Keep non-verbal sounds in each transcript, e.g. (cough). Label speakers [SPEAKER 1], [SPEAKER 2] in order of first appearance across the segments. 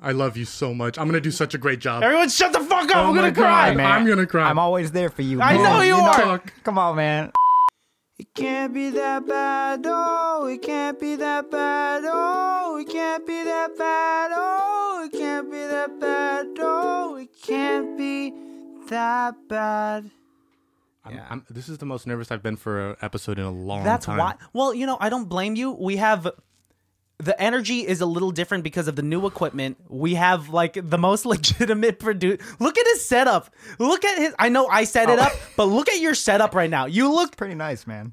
[SPEAKER 1] I love you so much. I'm gonna do such a great job.
[SPEAKER 2] Everyone, shut the fuck up.
[SPEAKER 1] Oh
[SPEAKER 2] I'm gonna
[SPEAKER 1] my
[SPEAKER 2] cry.
[SPEAKER 1] God, I'm gonna cry.
[SPEAKER 3] I'm always there for you.
[SPEAKER 2] I
[SPEAKER 3] man.
[SPEAKER 2] know you are.
[SPEAKER 1] Fuck.
[SPEAKER 3] Come on, man.
[SPEAKER 2] It can't be that bad. Oh, it can't be that bad. Oh, it can't be that bad. Oh, it can't be that bad. Oh, it can't be that bad.
[SPEAKER 1] I'm- I'm- this is the most nervous I've been for an episode in a long
[SPEAKER 2] That's
[SPEAKER 1] time. (laughs)
[SPEAKER 2] why. Well, you know, I don't blame you. We have the energy is a little different because of the new equipment. We have like the most (laughs) legitimate produce. Look at his setup. Look at his. I know I set
[SPEAKER 1] Oh.
[SPEAKER 2] it up, but look at your setup right now. You look.
[SPEAKER 3] Pretty nice, man.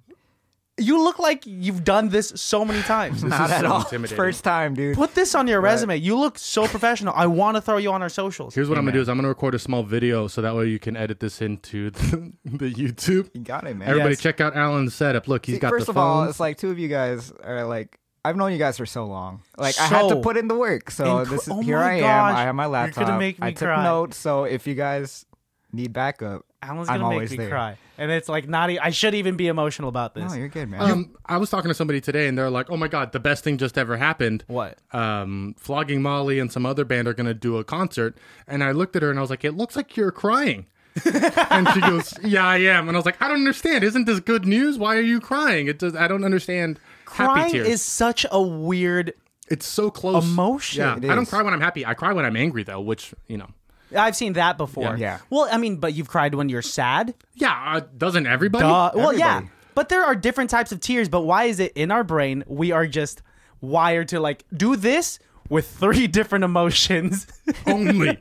[SPEAKER 2] You look like you've done this so
[SPEAKER 1] (laughs)
[SPEAKER 2] many times.
[SPEAKER 1] This
[SPEAKER 3] Not
[SPEAKER 1] is
[SPEAKER 3] at
[SPEAKER 1] so
[SPEAKER 3] all.
[SPEAKER 1] intimidating.
[SPEAKER 3] First time, dude.
[SPEAKER 2] Put this on your resume. You look so professional. I want to throw you on our socials.
[SPEAKER 1] Here's what I'm gonna do is I'm gonna record a small video so that way you can edit this into (laughs) the, the YouTube.
[SPEAKER 3] You got it, man.
[SPEAKER 1] Everybody,
[SPEAKER 2] Yes.
[SPEAKER 1] check out Alan's setup. Look, he's
[SPEAKER 3] See,
[SPEAKER 1] got
[SPEAKER 3] first
[SPEAKER 1] the
[SPEAKER 3] of all,
[SPEAKER 1] phone.
[SPEAKER 3] it's like two of you guys are like I've known you guys for so long. Like I had
[SPEAKER 2] So
[SPEAKER 3] to put in the work, so
[SPEAKER 2] incre-
[SPEAKER 3] this is
[SPEAKER 2] oh
[SPEAKER 3] here
[SPEAKER 2] my
[SPEAKER 3] I am.
[SPEAKER 2] gosh,
[SPEAKER 3] I have my
[SPEAKER 2] you're gonna
[SPEAKER 3] laptop.
[SPEAKER 2] make
[SPEAKER 3] I
[SPEAKER 2] me
[SPEAKER 3] took
[SPEAKER 2] cry.
[SPEAKER 3] notes, so if you guys need backup,
[SPEAKER 2] Alan's
[SPEAKER 3] I'm
[SPEAKER 2] gonna make
[SPEAKER 3] always
[SPEAKER 2] me
[SPEAKER 3] there.
[SPEAKER 2] cry, and it's like not. E- I should even be emotional about this.
[SPEAKER 3] No, you're good, man.
[SPEAKER 1] um, I was talking to somebody today, and they're like, "Oh my god, the best thing just ever happened."
[SPEAKER 2] What?
[SPEAKER 1] Um, Flogging Molly and some other band are gonna do a concert, and I looked at her and I was like, "It looks like you're
[SPEAKER 2] (laughs)
[SPEAKER 1] crying." and she goes, "Yeah, I am." And I was like, "I don't understand. Isn't this good news? Why are you crying? It does. I don't understand." happy
[SPEAKER 2] Crying
[SPEAKER 1] tears.
[SPEAKER 2] is such a weird
[SPEAKER 1] it's so close.
[SPEAKER 2] emotion.
[SPEAKER 1] Yeah,
[SPEAKER 3] It
[SPEAKER 1] I don't
[SPEAKER 3] is.
[SPEAKER 1] cry when I'm happy. I cry when I'm angry, though, which you know.
[SPEAKER 2] I've seen that before.
[SPEAKER 1] Yeah.
[SPEAKER 3] Yeah.
[SPEAKER 2] Well, I mean, but you've cried when you're sad.
[SPEAKER 1] Yeah, uh, doesn't everybody?
[SPEAKER 2] Uh, well, yeah.
[SPEAKER 3] Everybody.
[SPEAKER 2] But there are different types of tears. But why is it in our brain we are just wired to like do this with three (laughs) different emotions?
[SPEAKER 1] (laughs)
[SPEAKER 2] (laughs)
[SPEAKER 1] Only.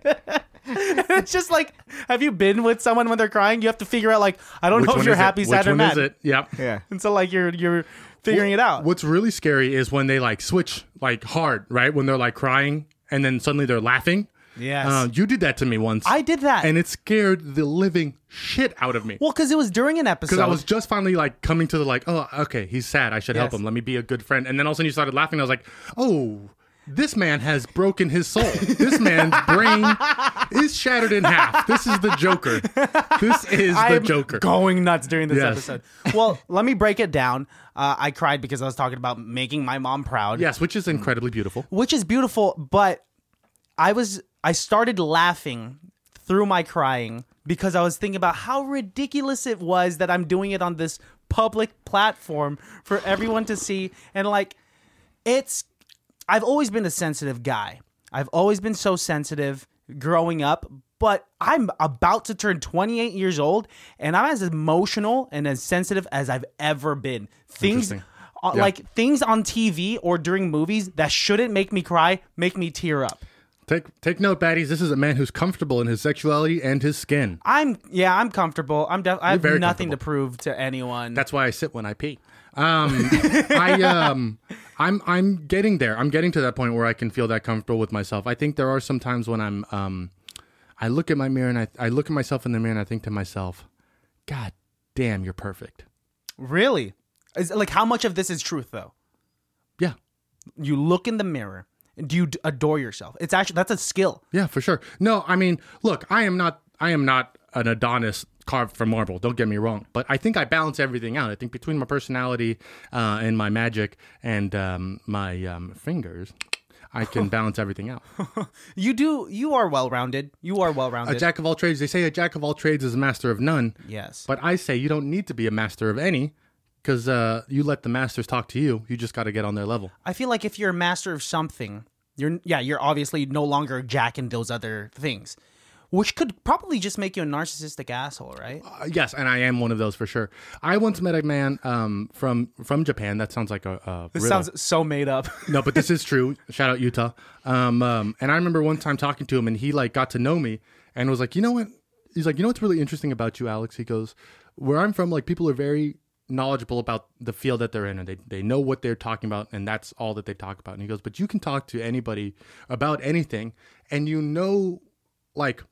[SPEAKER 2] it's just like, have you been with someone when they're crying? You have to figure out like, I don't
[SPEAKER 1] Which
[SPEAKER 2] know if
[SPEAKER 1] one
[SPEAKER 2] you're
[SPEAKER 1] is it?
[SPEAKER 2] happy,
[SPEAKER 1] Which
[SPEAKER 2] sad, or
[SPEAKER 1] one
[SPEAKER 2] mad.
[SPEAKER 1] is it? Yep.
[SPEAKER 3] yeah.
[SPEAKER 2] And so like you're you're figuring it out.
[SPEAKER 1] What's really scary is when they like switch like hard, right? When they're like crying and then suddenly they're laughing.
[SPEAKER 2] Yes.
[SPEAKER 1] Uh, you did that to me once.
[SPEAKER 2] I did that.
[SPEAKER 1] And it scared the living shit out of me.
[SPEAKER 2] well, because it was during an episode.
[SPEAKER 1] Because I was just finally like coming to the like, oh, okay, he's sad. I should help
[SPEAKER 2] Yes.
[SPEAKER 1] him. Let me be a good friend. And then all of a sudden you started laughing. I was like, oh, this man has broken his soul. This
[SPEAKER 2] (laughs)
[SPEAKER 1] man's brain is shattered in half. This is the Joker. This is the
[SPEAKER 2] I'm
[SPEAKER 1] Joker.
[SPEAKER 2] going nuts during this
[SPEAKER 1] Yes.
[SPEAKER 2] episode. Well, (laughs) let me break it down. Uh, I cried because I was talking about making my mom proud.
[SPEAKER 1] yes, which is incredibly beautiful.
[SPEAKER 2] which is beautiful but i was i started laughing through my crying because i was thinking about how ridiculous it was that i'm doing it on this public platform for everyone to see and like it's i've always been a sensitive guy i've always been so sensitive growing up but i'm about to turn 28 years old and i'm as emotional and as sensitive as i've ever been things
[SPEAKER 1] Interesting.
[SPEAKER 2] uh, like things on TV or during movies that shouldn't make me cry make me tear up.
[SPEAKER 1] Take take note, baddies. This is a man who's comfortable in his sexuality and his skin.
[SPEAKER 2] I'm yeah, I'm comfortable. I'm def- I have
[SPEAKER 1] very
[SPEAKER 2] nothing to
[SPEAKER 1] comfortable.
[SPEAKER 2] prove to anyone.
[SPEAKER 1] That's why I sit when I pee. Um, (laughs) I um, I'm I'm getting there. I'm getting to that point where I can feel that comfortable with myself. I think there are some times when I'm um, I look at my mirror and I I look at myself in the mirror and I think to myself, God damn, you're perfect.
[SPEAKER 2] really is like how much of this is truth though?
[SPEAKER 1] Yeah,
[SPEAKER 2] You look in the mirror. Do you d- adore yourself? It's actually that's a skill.
[SPEAKER 1] yeah, for sure. No, I mean, look, I am not I am not an Adonis carved from marble. Don't get me wrong, but I think I balance everything out. I think between my personality uh, and my magic and um, my um, fingers. I can balance everything out.
[SPEAKER 2] You do. You are well rounded. You are well
[SPEAKER 1] a
[SPEAKER 2] rounded.
[SPEAKER 1] jack of all trades. They say a jack of all trades is a master of none.
[SPEAKER 2] yes.
[SPEAKER 1] But I say you don't need to be a master of any because uh, you let the masters talk to you. You just got to get on their level.
[SPEAKER 2] I feel like if you're a master of something, you're yeah, you're obviously no longer jacking those other things, which could probably just make you a narcissistic asshole, right?
[SPEAKER 1] Uh, yes, and I am one of those for sure. I once met a man um, from from Japan. That sounds like a, a
[SPEAKER 2] This
[SPEAKER 1] riddle.
[SPEAKER 2] sounds so made up. (laughs)
[SPEAKER 1] no, but this is true. Shout out Utah. Um, um, and I remember one time talking to him, and he like got to know me, and was like, you know what? He's like, you know what's really interesting about you, Alex? He goes, where I'm from, like people are very knowledgeable about the field that they're in, and they they know what they're talking about, and that's all that they talk about. And he goes, but you can talk to anybody about anything, and you know, like,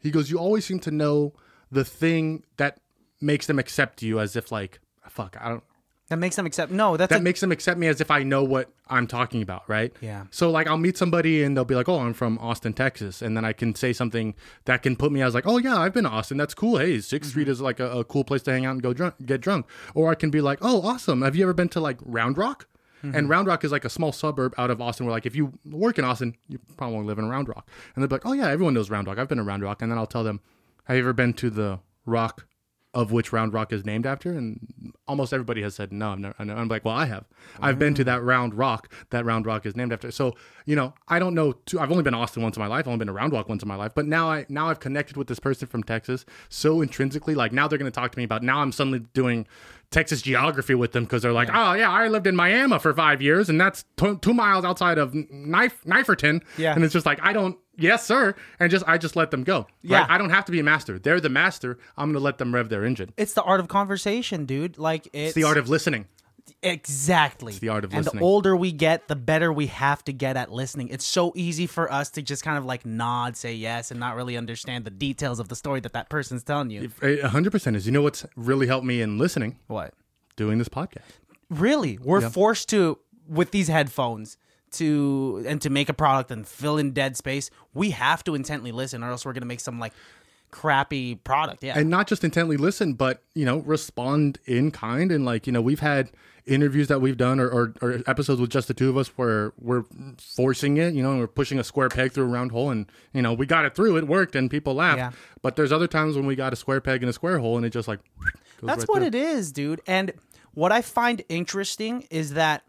[SPEAKER 1] he goes, you always seem to know the thing that makes them accept you, as if like, fuck, I don't.
[SPEAKER 2] That makes them accept. No, that's
[SPEAKER 1] that
[SPEAKER 2] a,
[SPEAKER 1] makes them accept me as if I know what I'm talking about, right?
[SPEAKER 2] Yeah.
[SPEAKER 1] So like I'll meet somebody and they'll be like, "Oh, I'm from Austin, Texas," and then I can say something that can put me as like, "Oh yeah, I've been to Austin. That's cool. Hey, 6th
[SPEAKER 2] Mm-hmm.
[SPEAKER 1] Street is like a, a cool place to hang out and go drunk, get drunk." Or I can be like, "Oh, awesome. Have you ever been to like Round Rock?"
[SPEAKER 2] Mm-hmm.
[SPEAKER 1] And Round Rock is like a small suburb out of Austin where, like, if you work in Austin, you probably won't live in Round Rock. And they're like, oh, yeah, everyone knows Round Rock. I've been to Round Rock. And then I'll tell them, have you ever been to the rock of which Round Rock is named after? And almost everybody has said, no, I've never. I know. I'm like, well, I have. I've been to that
[SPEAKER 2] Mm.
[SPEAKER 1] round rock that Round Rock is named after. So, you know, I don't know. Too, I've only been to Austin once in my life. I've only been to Round Rock once in my life. But now I now I've connected with this person from Texas so intrinsically. Like now they're going to talk to me about. Now I'm suddenly doing Texas geography with them because they're like, oh yeah, I lived in Miami for five years, and that's tw- two miles outside of Knife Kniferton.
[SPEAKER 2] Yeah.
[SPEAKER 1] and it's just like I don't. Yes, sir. And just I just let them go.
[SPEAKER 2] Yeah.
[SPEAKER 1] Right? I don't have to be a master. They're the master. I'm gonna let them rev their engine.
[SPEAKER 2] It's the art of conversation, dude. Like it's,
[SPEAKER 1] It's the art of listening.
[SPEAKER 2] exactly.
[SPEAKER 1] the art of
[SPEAKER 2] and
[SPEAKER 1] listening.
[SPEAKER 2] the older we get, the better we have to get at listening. It's so easy for us to just kind of like nod, say yes, and not really understand the details of the story that that person's telling you.
[SPEAKER 1] A hundred percent is. You know what's really helped me in listening?
[SPEAKER 2] what?
[SPEAKER 1] Doing this podcast.
[SPEAKER 2] Really, we're forced to with these headphones to and to make a product and fill in dead space. We have to intently listen, or else we're gonna make some like crappy product. Yeah.
[SPEAKER 1] and not just intently listen, but you know, respond in kind. And like, you know, we've had interviews that we've done or, or, or episodes with just the two of us where we're forcing it, you know, and we're pushing a square peg through a round hole, and you know, we got it through, it worked, and people laughed.
[SPEAKER 2] Yeah.
[SPEAKER 1] But there's other times when we got a square peg in a square hole, and it just like goes
[SPEAKER 2] That's
[SPEAKER 1] right
[SPEAKER 2] what
[SPEAKER 1] through.
[SPEAKER 2] it is, dude. And what I find interesting is that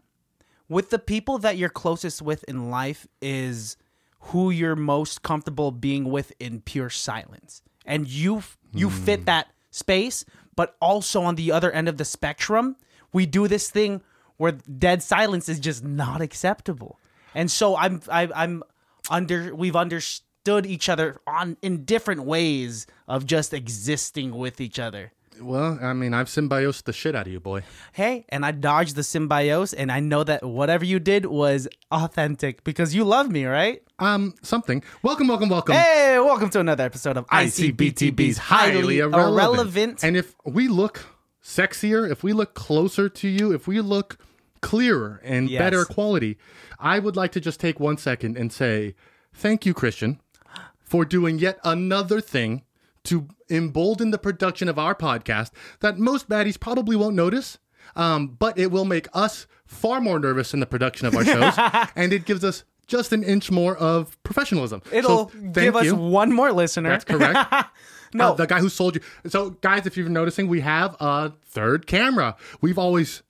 [SPEAKER 2] with the people that you're closest with in life is who you're most comfortable being with in pure silence. And you you fit that space, but also on the other end of the spectrum, we do this thing where dead silence is just not acceptable. And so I'm I, I'm under we've understood each other on in different ways of just existing with each other.
[SPEAKER 1] Well, I mean, I've symbiosis the shit out of you, boy.
[SPEAKER 2] hey, and I dodged the symbiose, and I know that whatever you did was authentic because you love me, right?
[SPEAKER 1] Um, something. Welcome, welcome, welcome.
[SPEAKER 2] Hey, welcome to another episode of ICBTB's Highly Irrelevant.
[SPEAKER 1] And if we look sexier, if we look closer to you, if we look clearer and
[SPEAKER 2] Yes.
[SPEAKER 1] better quality, I would like to just take one second and say thank you, Christian, for doing yet another thing to embolden the production of our podcast that most baddies probably won't notice, um, but it will make us far more nervous in the production of our
[SPEAKER 2] (laughs)
[SPEAKER 1] shows, and it gives us just an inch more of professionalism. So
[SPEAKER 2] It'll
[SPEAKER 1] thank
[SPEAKER 2] give us
[SPEAKER 1] you.
[SPEAKER 2] one more listener.
[SPEAKER 1] That's
[SPEAKER 2] (laughs)
[SPEAKER 1] correct.
[SPEAKER 2] No.
[SPEAKER 1] Uh, the guy who sold you. So, guys, if you're noticing, we have a third camera. We've always,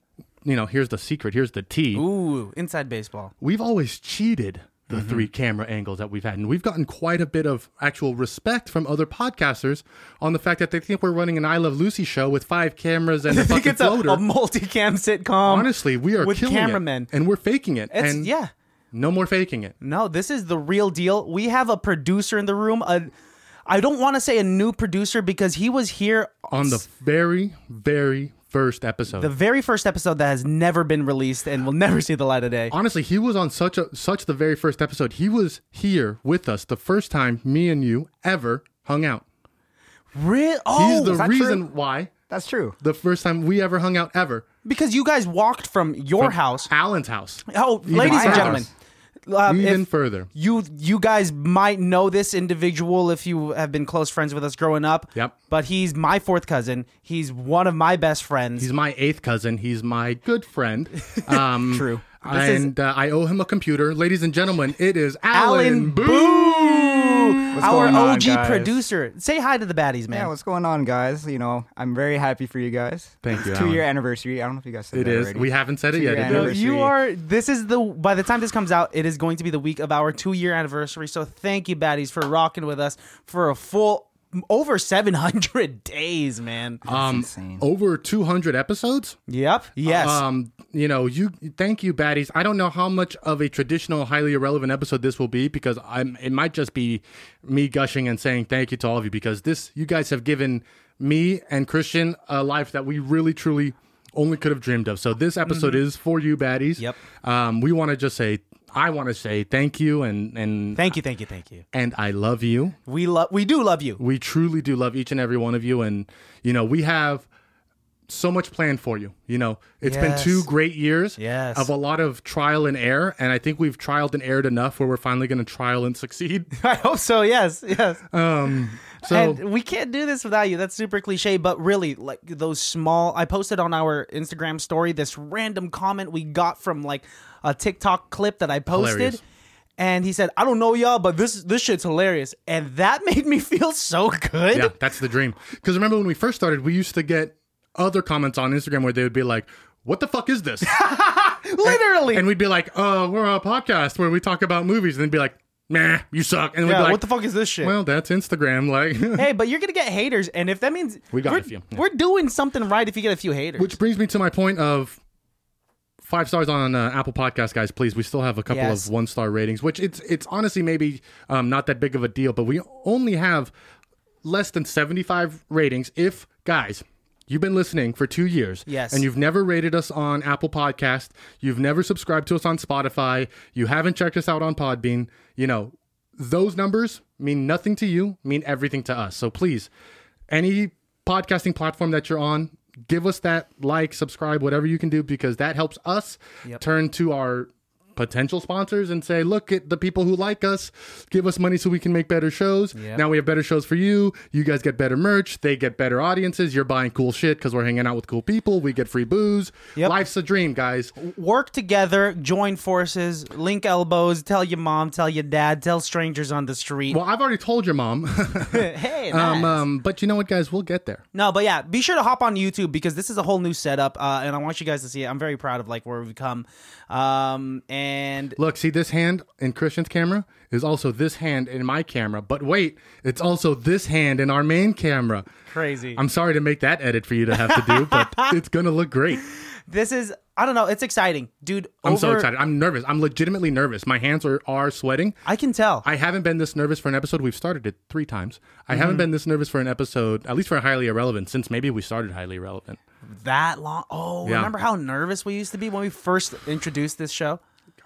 [SPEAKER 1] you know, here's the secret. Here's the tea.
[SPEAKER 2] Ooh, Mm-hmm. inside baseball.
[SPEAKER 1] We've always cheated the three camera angles that we've had, and we've gotten quite a bit of actual respect from other podcasters on the fact that they think we're running an I Love Lucy show with five cameras and a
[SPEAKER 2] I think
[SPEAKER 1] fucking
[SPEAKER 2] (laughs) it's
[SPEAKER 1] (laughs)
[SPEAKER 2] a,
[SPEAKER 1] floater.
[SPEAKER 2] a multicam sitcom.
[SPEAKER 1] Honestly, we are
[SPEAKER 2] with
[SPEAKER 1] killing it,
[SPEAKER 2] cameramen.
[SPEAKER 1] and we're faking it.
[SPEAKER 2] It's-
[SPEAKER 1] and
[SPEAKER 2] yeah.
[SPEAKER 1] no more faking it.
[SPEAKER 2] No, this is the real deal. We have a producer in the room. A, I don't want to say a new producer because he was here
[SPEAKER 1] On the very, very first episode,
[SPEAKER 2] the very first episode that has never been released and will never see the light of day.
[SPEAKER 1] honestly he was on such a such the very first episode he was here with us the first time me and you ever hung out
[SPEAKER 2] Real?
[SPEAKER 1] he's
[SPEAKER 2] Oh,
[SPEAKER 1] the
[SPEAKER 3] is that
[SPEAKER 1] reason
[SPEAKER 3] true?
[SPEAKER 1] why
[SPEAKER 3] That's true.
[SPEAKER 1] the first time we ever hung out ever
[SPEAKER 2] because you guys walked from your house.
[SPEAKER 1] alan's house
[SPEAKER 2] Oh, ladies and
[SPEAKER 1] further.
[SPEAKER 2] gentlemen, um,
[SPEAKER 1] even
[SPEAKER 2] if
[SPEAKER 1] further
[SPEAKER 2] you you guys might know this individual if you have been close friends with us growing up.
[SPEAKER 1] Yep.
[SPEAKER 2] But he's my fourth cousin. He's one of my best friends.
[SPEAKER 1] he's my eighth cousin he's my good
[SPEAKER 2] (laughs)
[SPEAKER 1] friend um
[SPEAKER 2] True. This is-
[SPEAKER 1] and uh, i owe him a computer ladies and gentlemen it is
[SPEAKER 2] Alan
[SPEAKER 1] alan, Boo.
[SPEAKER 2] Boo, our
[SPEAKER 3] going on,
[SPEAKER 2] OG
[SPEAKER 3] guys?
[SPEAKER 2] producer. Say hi to the baddies, man.
[SPEAKER 3] Yeah, what's going on, guys? You know, I'm very happy for you guys.
[SPEAKER 1] Thank
[SPEAKER 3] it's
[SPEAKER 1] you,
[SPEAKER 3] Two year anniversary. I don't know if you guys said
[SPEAKER 1] it
[SPEAKER 3] that
[SPEAKER 1] is
[SPEAKER 3] already.
[SPEAKER 1] we haven't said it
[SPEAKER 3] Two-year
[SPEAKER 1] yet It is-
[SPEAKER 2] No,
[SPEAKER 3] anniversary.
[SPEAKER 2] you are. This is the. By the time this comes out, it is going to be the week of our two year anniversary. So thank you, baddies, for rocking with us for a full over 700 (laughs) days, man.
[SPEAKER 3] Uh,
[SPEAKER 1] um
[SPEAKER 3] insane.
[SPEAKER 1] over 200 episodes
[SPEAKER 2] yep. Yes.
[SPEAKER 1] Um, you know, you thank you, baddies. I don't know how much of a traditional, highly irrelevant episode this will be because I'm. It might just be me gushing and saying thank you to all of you because this, you guys have given me and Christian a life that we really, truly only could have dreamed of. So this episode is for you, baddies.
[SPEAKER 2] Mm-hmm. Yep.
[SPEAKER 1] Um, we want to just say, I want to say thank you and and
[SPEAKER 2] thank you. Thank you. Thank you.
[SPEAKER 1] and I love you
[SPEAKER 2] We love. We do love you. (laughs)
[SPEAKER 1] we truly do love each and every one of you and you know we have so much planned for you you know it's been
[SPEAKER 2] Yes.
[SPEAKER 1] two great years
[SPEAKER 2] Yes.
[SPEAKER 1] of a lot of trial and error and i think we've
[SPEAKER 2] (laughs)
[SPEAKER 1] trialed and erred enough where we're finally going to trial and succeed
[SPEAKER 2] I hope so. Yes. Yes.
[SPEAKER 1] um (laughs) So
[SPEAKER 2] and we can't do this without you. That's super cliche, but really, like those small. I posted on our Instagram story this random comment we got from like a TikTok clip that I posted,
[SPEAKER 1] Hilarious.
[SPEAKER 2] and he said, "I don't know y'all, but this this shit's hilarious," and that (laughs) made me feel so good.
[SPEAKER 1] yeah, that's the dream. Because remember when we first started, we used to get other comments on Instagram where they would be like, "What the fuck is
[SPEAKER 2] (laughs)
[SPEAKER 1] this?"
[SPEAKER 2] Literally,
[SPEAKER 1] and we'd be like, "Oh, we're a podcast where we talk about movies," and they'd be like, "Nah, you suck," and we'd
[SPEAKER 2] yeah.
[SPEAKER 1] be like,
[SPEAKER 2] what the fuck is this shit?
[SPEAKER 1] Well, that's Instagram, like. (laughs)
[SPEAKER 2] hey, but you're gonna get haters, and if that means
[SPEAKER 1] We got
[SPEAKER 2] are
[SPEAKER 1] a few, yeah.
[SPEAKER 2] we're doing something right if you get a few haters.
[SPEAKER 1] Which brings me to my point of five stars on uh, Apple Podcast, guys. Please, we still have a couple
[SPEAKER 2] Yes.
[SPEAKER 1] of one star ratings, which it's it's honestly maybe um, not that big of a deal, but we only have less than seventy five ratings. If guys. You've been listening for two years.
[SPEAKER 2] Yes.
[SPEAKER 1] And you've never rated us on Apple Podcast. You've never subscribed to us on Spotify. You haven't checked us out on Podbean. You know, those numbers mean nothing to you, mean everything to us. So please, any podcasting platform that you're on, give us that like, subscribe, whatever you can do, because that helps us turn to our potential sponsors and say, look at the people who like us, give us money so we can make better shows. Now we have better shows for you. You guys get better merch. They get better audiences. You're buying cool shit because we're hanging out with cool people. We get free booze. Life's a dream, guys.
[SPEAKER 2] work together, join forces, link elbows, tell your mom, tell your dad, tell strangers on the street.
[SPEAKER 1] Well, I've already told your mom.
[SPEAKER 2] (laughs)
[SPEAKER 1] (laughs)
[SPEAKER 2] hey,
[SPEAKER 1] um,
[SPEAKER 2] nice.
[SPEAKER 1] um, but you know what, guys? We'll get there.
[SPEAKER 2] no, but yeah, be sure to hop on YouTube because this is a whole new setup, uh, and I want you guys to see it. I'm very proud of like where we've come, um, and
[SPEAKER 1] Look, see this hand in Christian's camera is also this hand in my camera. But wait, it's also this hand in our main camera.
[SPEAKER 2] crazy.
[SPEAKER 1] I'm sorry to make that edit for you to have to do, but it's gonna look great.
[SPEAKER 2] this is I don't know, it's exciting, dude.
[SPEAKER 1] I'm
[SPEAKER 2] over,
[SPEAKER 1] so excited. I'm nervous. I'm legitimately nervous. My hands are, are sweating.
[SPEAKER 2] I can tell.
[SPEAKER 1] I haven't been this nervous for an episode. We've started it three times. I haven't been this nervous for an episode, at least for highly irrelevant, since maybe we started highly irrelevant.
[SPEAKER 2] that long. Oh,
[SPEAKER 1] Yeah.
[SPEAKER 2] remember how nervous we used to be when we first introduced this show?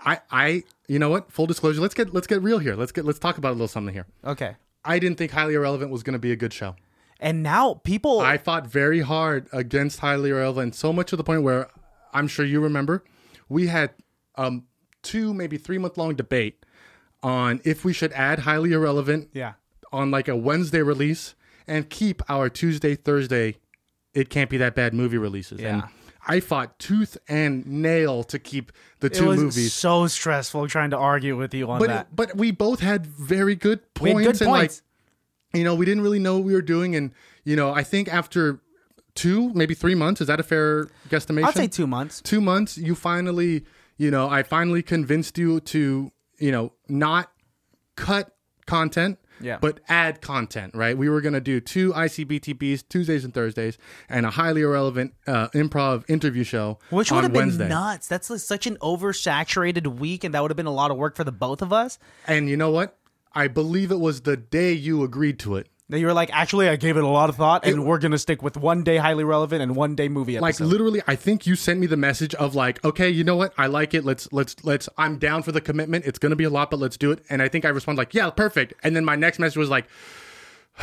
[SPEAKER 1] I, I, you know what? Full disclosure. Let's get let's get real here. Let's get let's talk about a little something here.
[SPEAKER 2] Okay,
[SPEAKER 1] I didn't think highly irrelevant was gonna be a good show.
[SPEAKER 2] and now people.
[SPEAKER 1] I fought very hard against highly relevant, so much to the point where I'm sure you remember we had um two maybe three month long debate on if we should add highly irrelevant
[SPEAKER 2] yeah,
[SPEAKER 1] on like a Wednesday release and keep our Tuesday Thursday it can't be that bad movie releases and
[SPEAKER 2] Yeah.
[SPEAKER 1] I fought tooth and nail to keep the
[SPEAKER 2] it
[SPEAKER 1] two
[SPEAKER 2] was
[SPEAKER 1] movies
[SPEAKER 2] so stressful trying to argue with you on
[SPEAKER 1] but
[SPEAKER 2] that.
[SPEAKER 1] but we both had very good points
[SPEAKER 2] We had good
[SPEAKER 1] and like
[SPEAKER 2] points.
[SPEAKER 1] you know, we didn't really know what we were doing. And, you know, I think after two, maybe three months, is that a fair guesstimation?
[SPEAKER 2] I'd say two months.
[SPEAKER 1] Two months, you finally, you know, I finally convinced you to, you know, not cut content.
[SPEAKER 2] Yeah.
[SPEAKER 1] But add content, right? We were gonna do two ICBTBs Tuesdays and Thursdays, and a highly irrelevant uh, improv interview show,
[SPEAKER 2] Which
[SPEAKER 1] on
[SPEAKER 2] would have been
[SPEAKER 1] Wednesday.
[SPEAKER 2] nuts. That's like such an oversaturated week, and that would have been a lot of work for the both of us.
[SPEAKER 1] and you know what? I believe it was the day you agreed to it.
[SPEAKER 2] That you were like, actually, I gave it a lot of thought, and we're gonna stick with one day highly relevant and one day movie
[SPEAKER 1] like
[SPEAKER 2] episode.
[SPEAKER 1] literally i think you sent me the message of like okay you know what i like it let's let's let's i'm down for the commitment it's gonna be a lot but let's do it and i think i responded like yeah perfect and then my next message was like (sighs)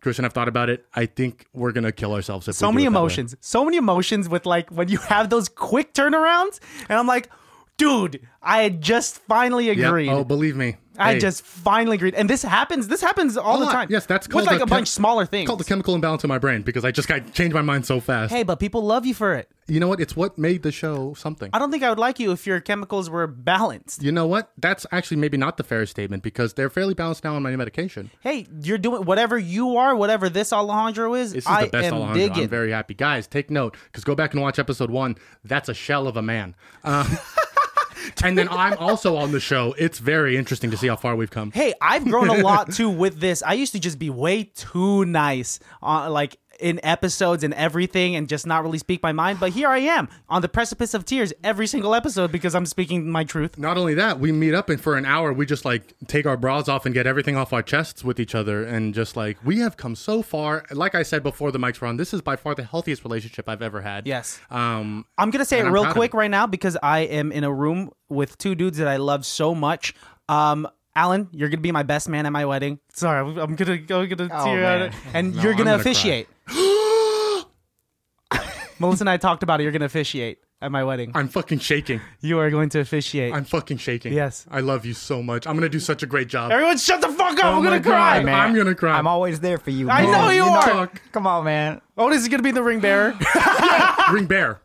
[SPEAKER 1] christian i've thought about it i think we're gonna kill ourselves if
[SPEAKER 2] so
[SPEAKER 1] we do
[SPEAKER 2] many
[SPEAKER 1] it that way."
[SPEAKER 2] emotions. So many emotions with like when you have those quick turnarounds, and I'm like, dude, I had just finally
[SPEAKER 1] Yep.
[SPEAKER 2] agreed.
[SPEAKER 1] oh believe me
[SPEAKER 2] I
[SPEAKER 1] Hey,
[SPEAKER 2] just finally agreed, and this happens. This happens all
[SPEAKER 1] a
[SPEAKER 2] the
[SPEAKER 1] lot.
[SPEAKER 2] time.
[SPEAKER 1] yes that's
[SPEAKER 2] with
[SPEAKER 1] called
[SPEAKER 2] like
[SPEAKER 1] the
[SPEAKER 2] a bunch
[SPEAKER 1] chem-
[SPEAKER 2] smaller
[SPEAKER 1] it's
[SPEAKER 2] things.
[SPEAKER 1] called the chemical imbalance in my brain because i just got changed my mind so fast
[SPEAKER 2] hey, but people love you for it.
[SPEAKER 1] you know what it's what made the show something
[SPEAKER 2] I don't think I would like you if your chemicals were balanced.
[SPEAKER 1] you know what that's actually maybe not the fairest statement because they're fairly balanced now on my medication
[SPEAKER 2] hey, you're doing whatever you are, whatever this Alejandro is.
[SPEAKER 1] This is
[SPEAKER 2] I
[SPEAKER 1] the best
[SPEAKER 2] am
[SPEAKER 1] Alejandro.
[SPEAKER 2] digging.
[SPEAKER 1] I'm very happy. Guys, take note because go back and watch episode one. That's a shell of a man. Um,
[SPEAKER 2] (laughs)
[SPEAKER 1] and then I'm also on the show. It's very interesting to see how far we've come.
[SPEAKER 2] hey, I've grown
[SPEAKER 1] (laughs)
[SPEAKER 2] a lot too with this. I used to just be way too nice on like in episodes and everything and just not really speak my mind, but here I am on the precipice of tears every single episode because I'm speaking my truth.
[SPEAKER 1] Not only that, we meet up and for an hour we just like take our bras off and get everything off our chests with each other and just like we have come so far. Like I said before the mics were on, this is by far the healthiest relationship I've ever had.
[SPEAKER 2] Yes.
[SPEAKER 1] Um
[SPEAKER 2] I'm gonna say it
[SPEAKER 1] I'm
[SPEAKER 2] real
[SPEAKER 1] proud of
[SPEAKER 2] quick
[SPEAKER 1] it.
[SPEAKER 2] right now because I am in a room with two dudes that I love so much. Um, Alan, you're gonna be my best man at my wedding. Sorry, I'm I'm gonna go gonna
[SPEAKER 3] Oh,
[SPEAKER 2] tear out,
[SPEAKER 3] man.
[SPEAKER 2] and you're
[SPEAKER 1] I'm (gasps)
[SPEAKER 2] gonna
[SPEAKER 1] gonna cry.
[SPEAKER 2] officiate. Melissa and I talked about it. You're gonna officiate. at my wedding.
[SPEAKER 1] I'm fucking shaking.
[SPEAKER 2] You are going to officiate.
[SPEAKER 1] I'm fucking shaking.
[SPEAKER 2] Yes.
[SPEAKER 1] I love you so much. I'm gonna do such a great job.
[SPEAKER 2] Everyone, shut the fuck up! I'm
[SPEAKER 1] Oh my
[SPEAKER 2] gonna
[SPEAKER 1] God,
[SPEAKER 2] cry.
[SPEAKER 1] man. I'm gonna cry.
[SPEAKER 3] I'm always there for you.
[SPEAKER 2] I
[SPEAKER 3] man.
[SPEAKER 2] know you
[SPEAKER 3] know-
[SPEAKER 2] are.
[SPEAKER 3] Come on, man.
[SPEAKER 2] Otis is gonna be the
[SPEAKER 1] (laughs)
[SPEAKER 2] ring bearer. (laughs)
[SPEAKER 1] Ring bear.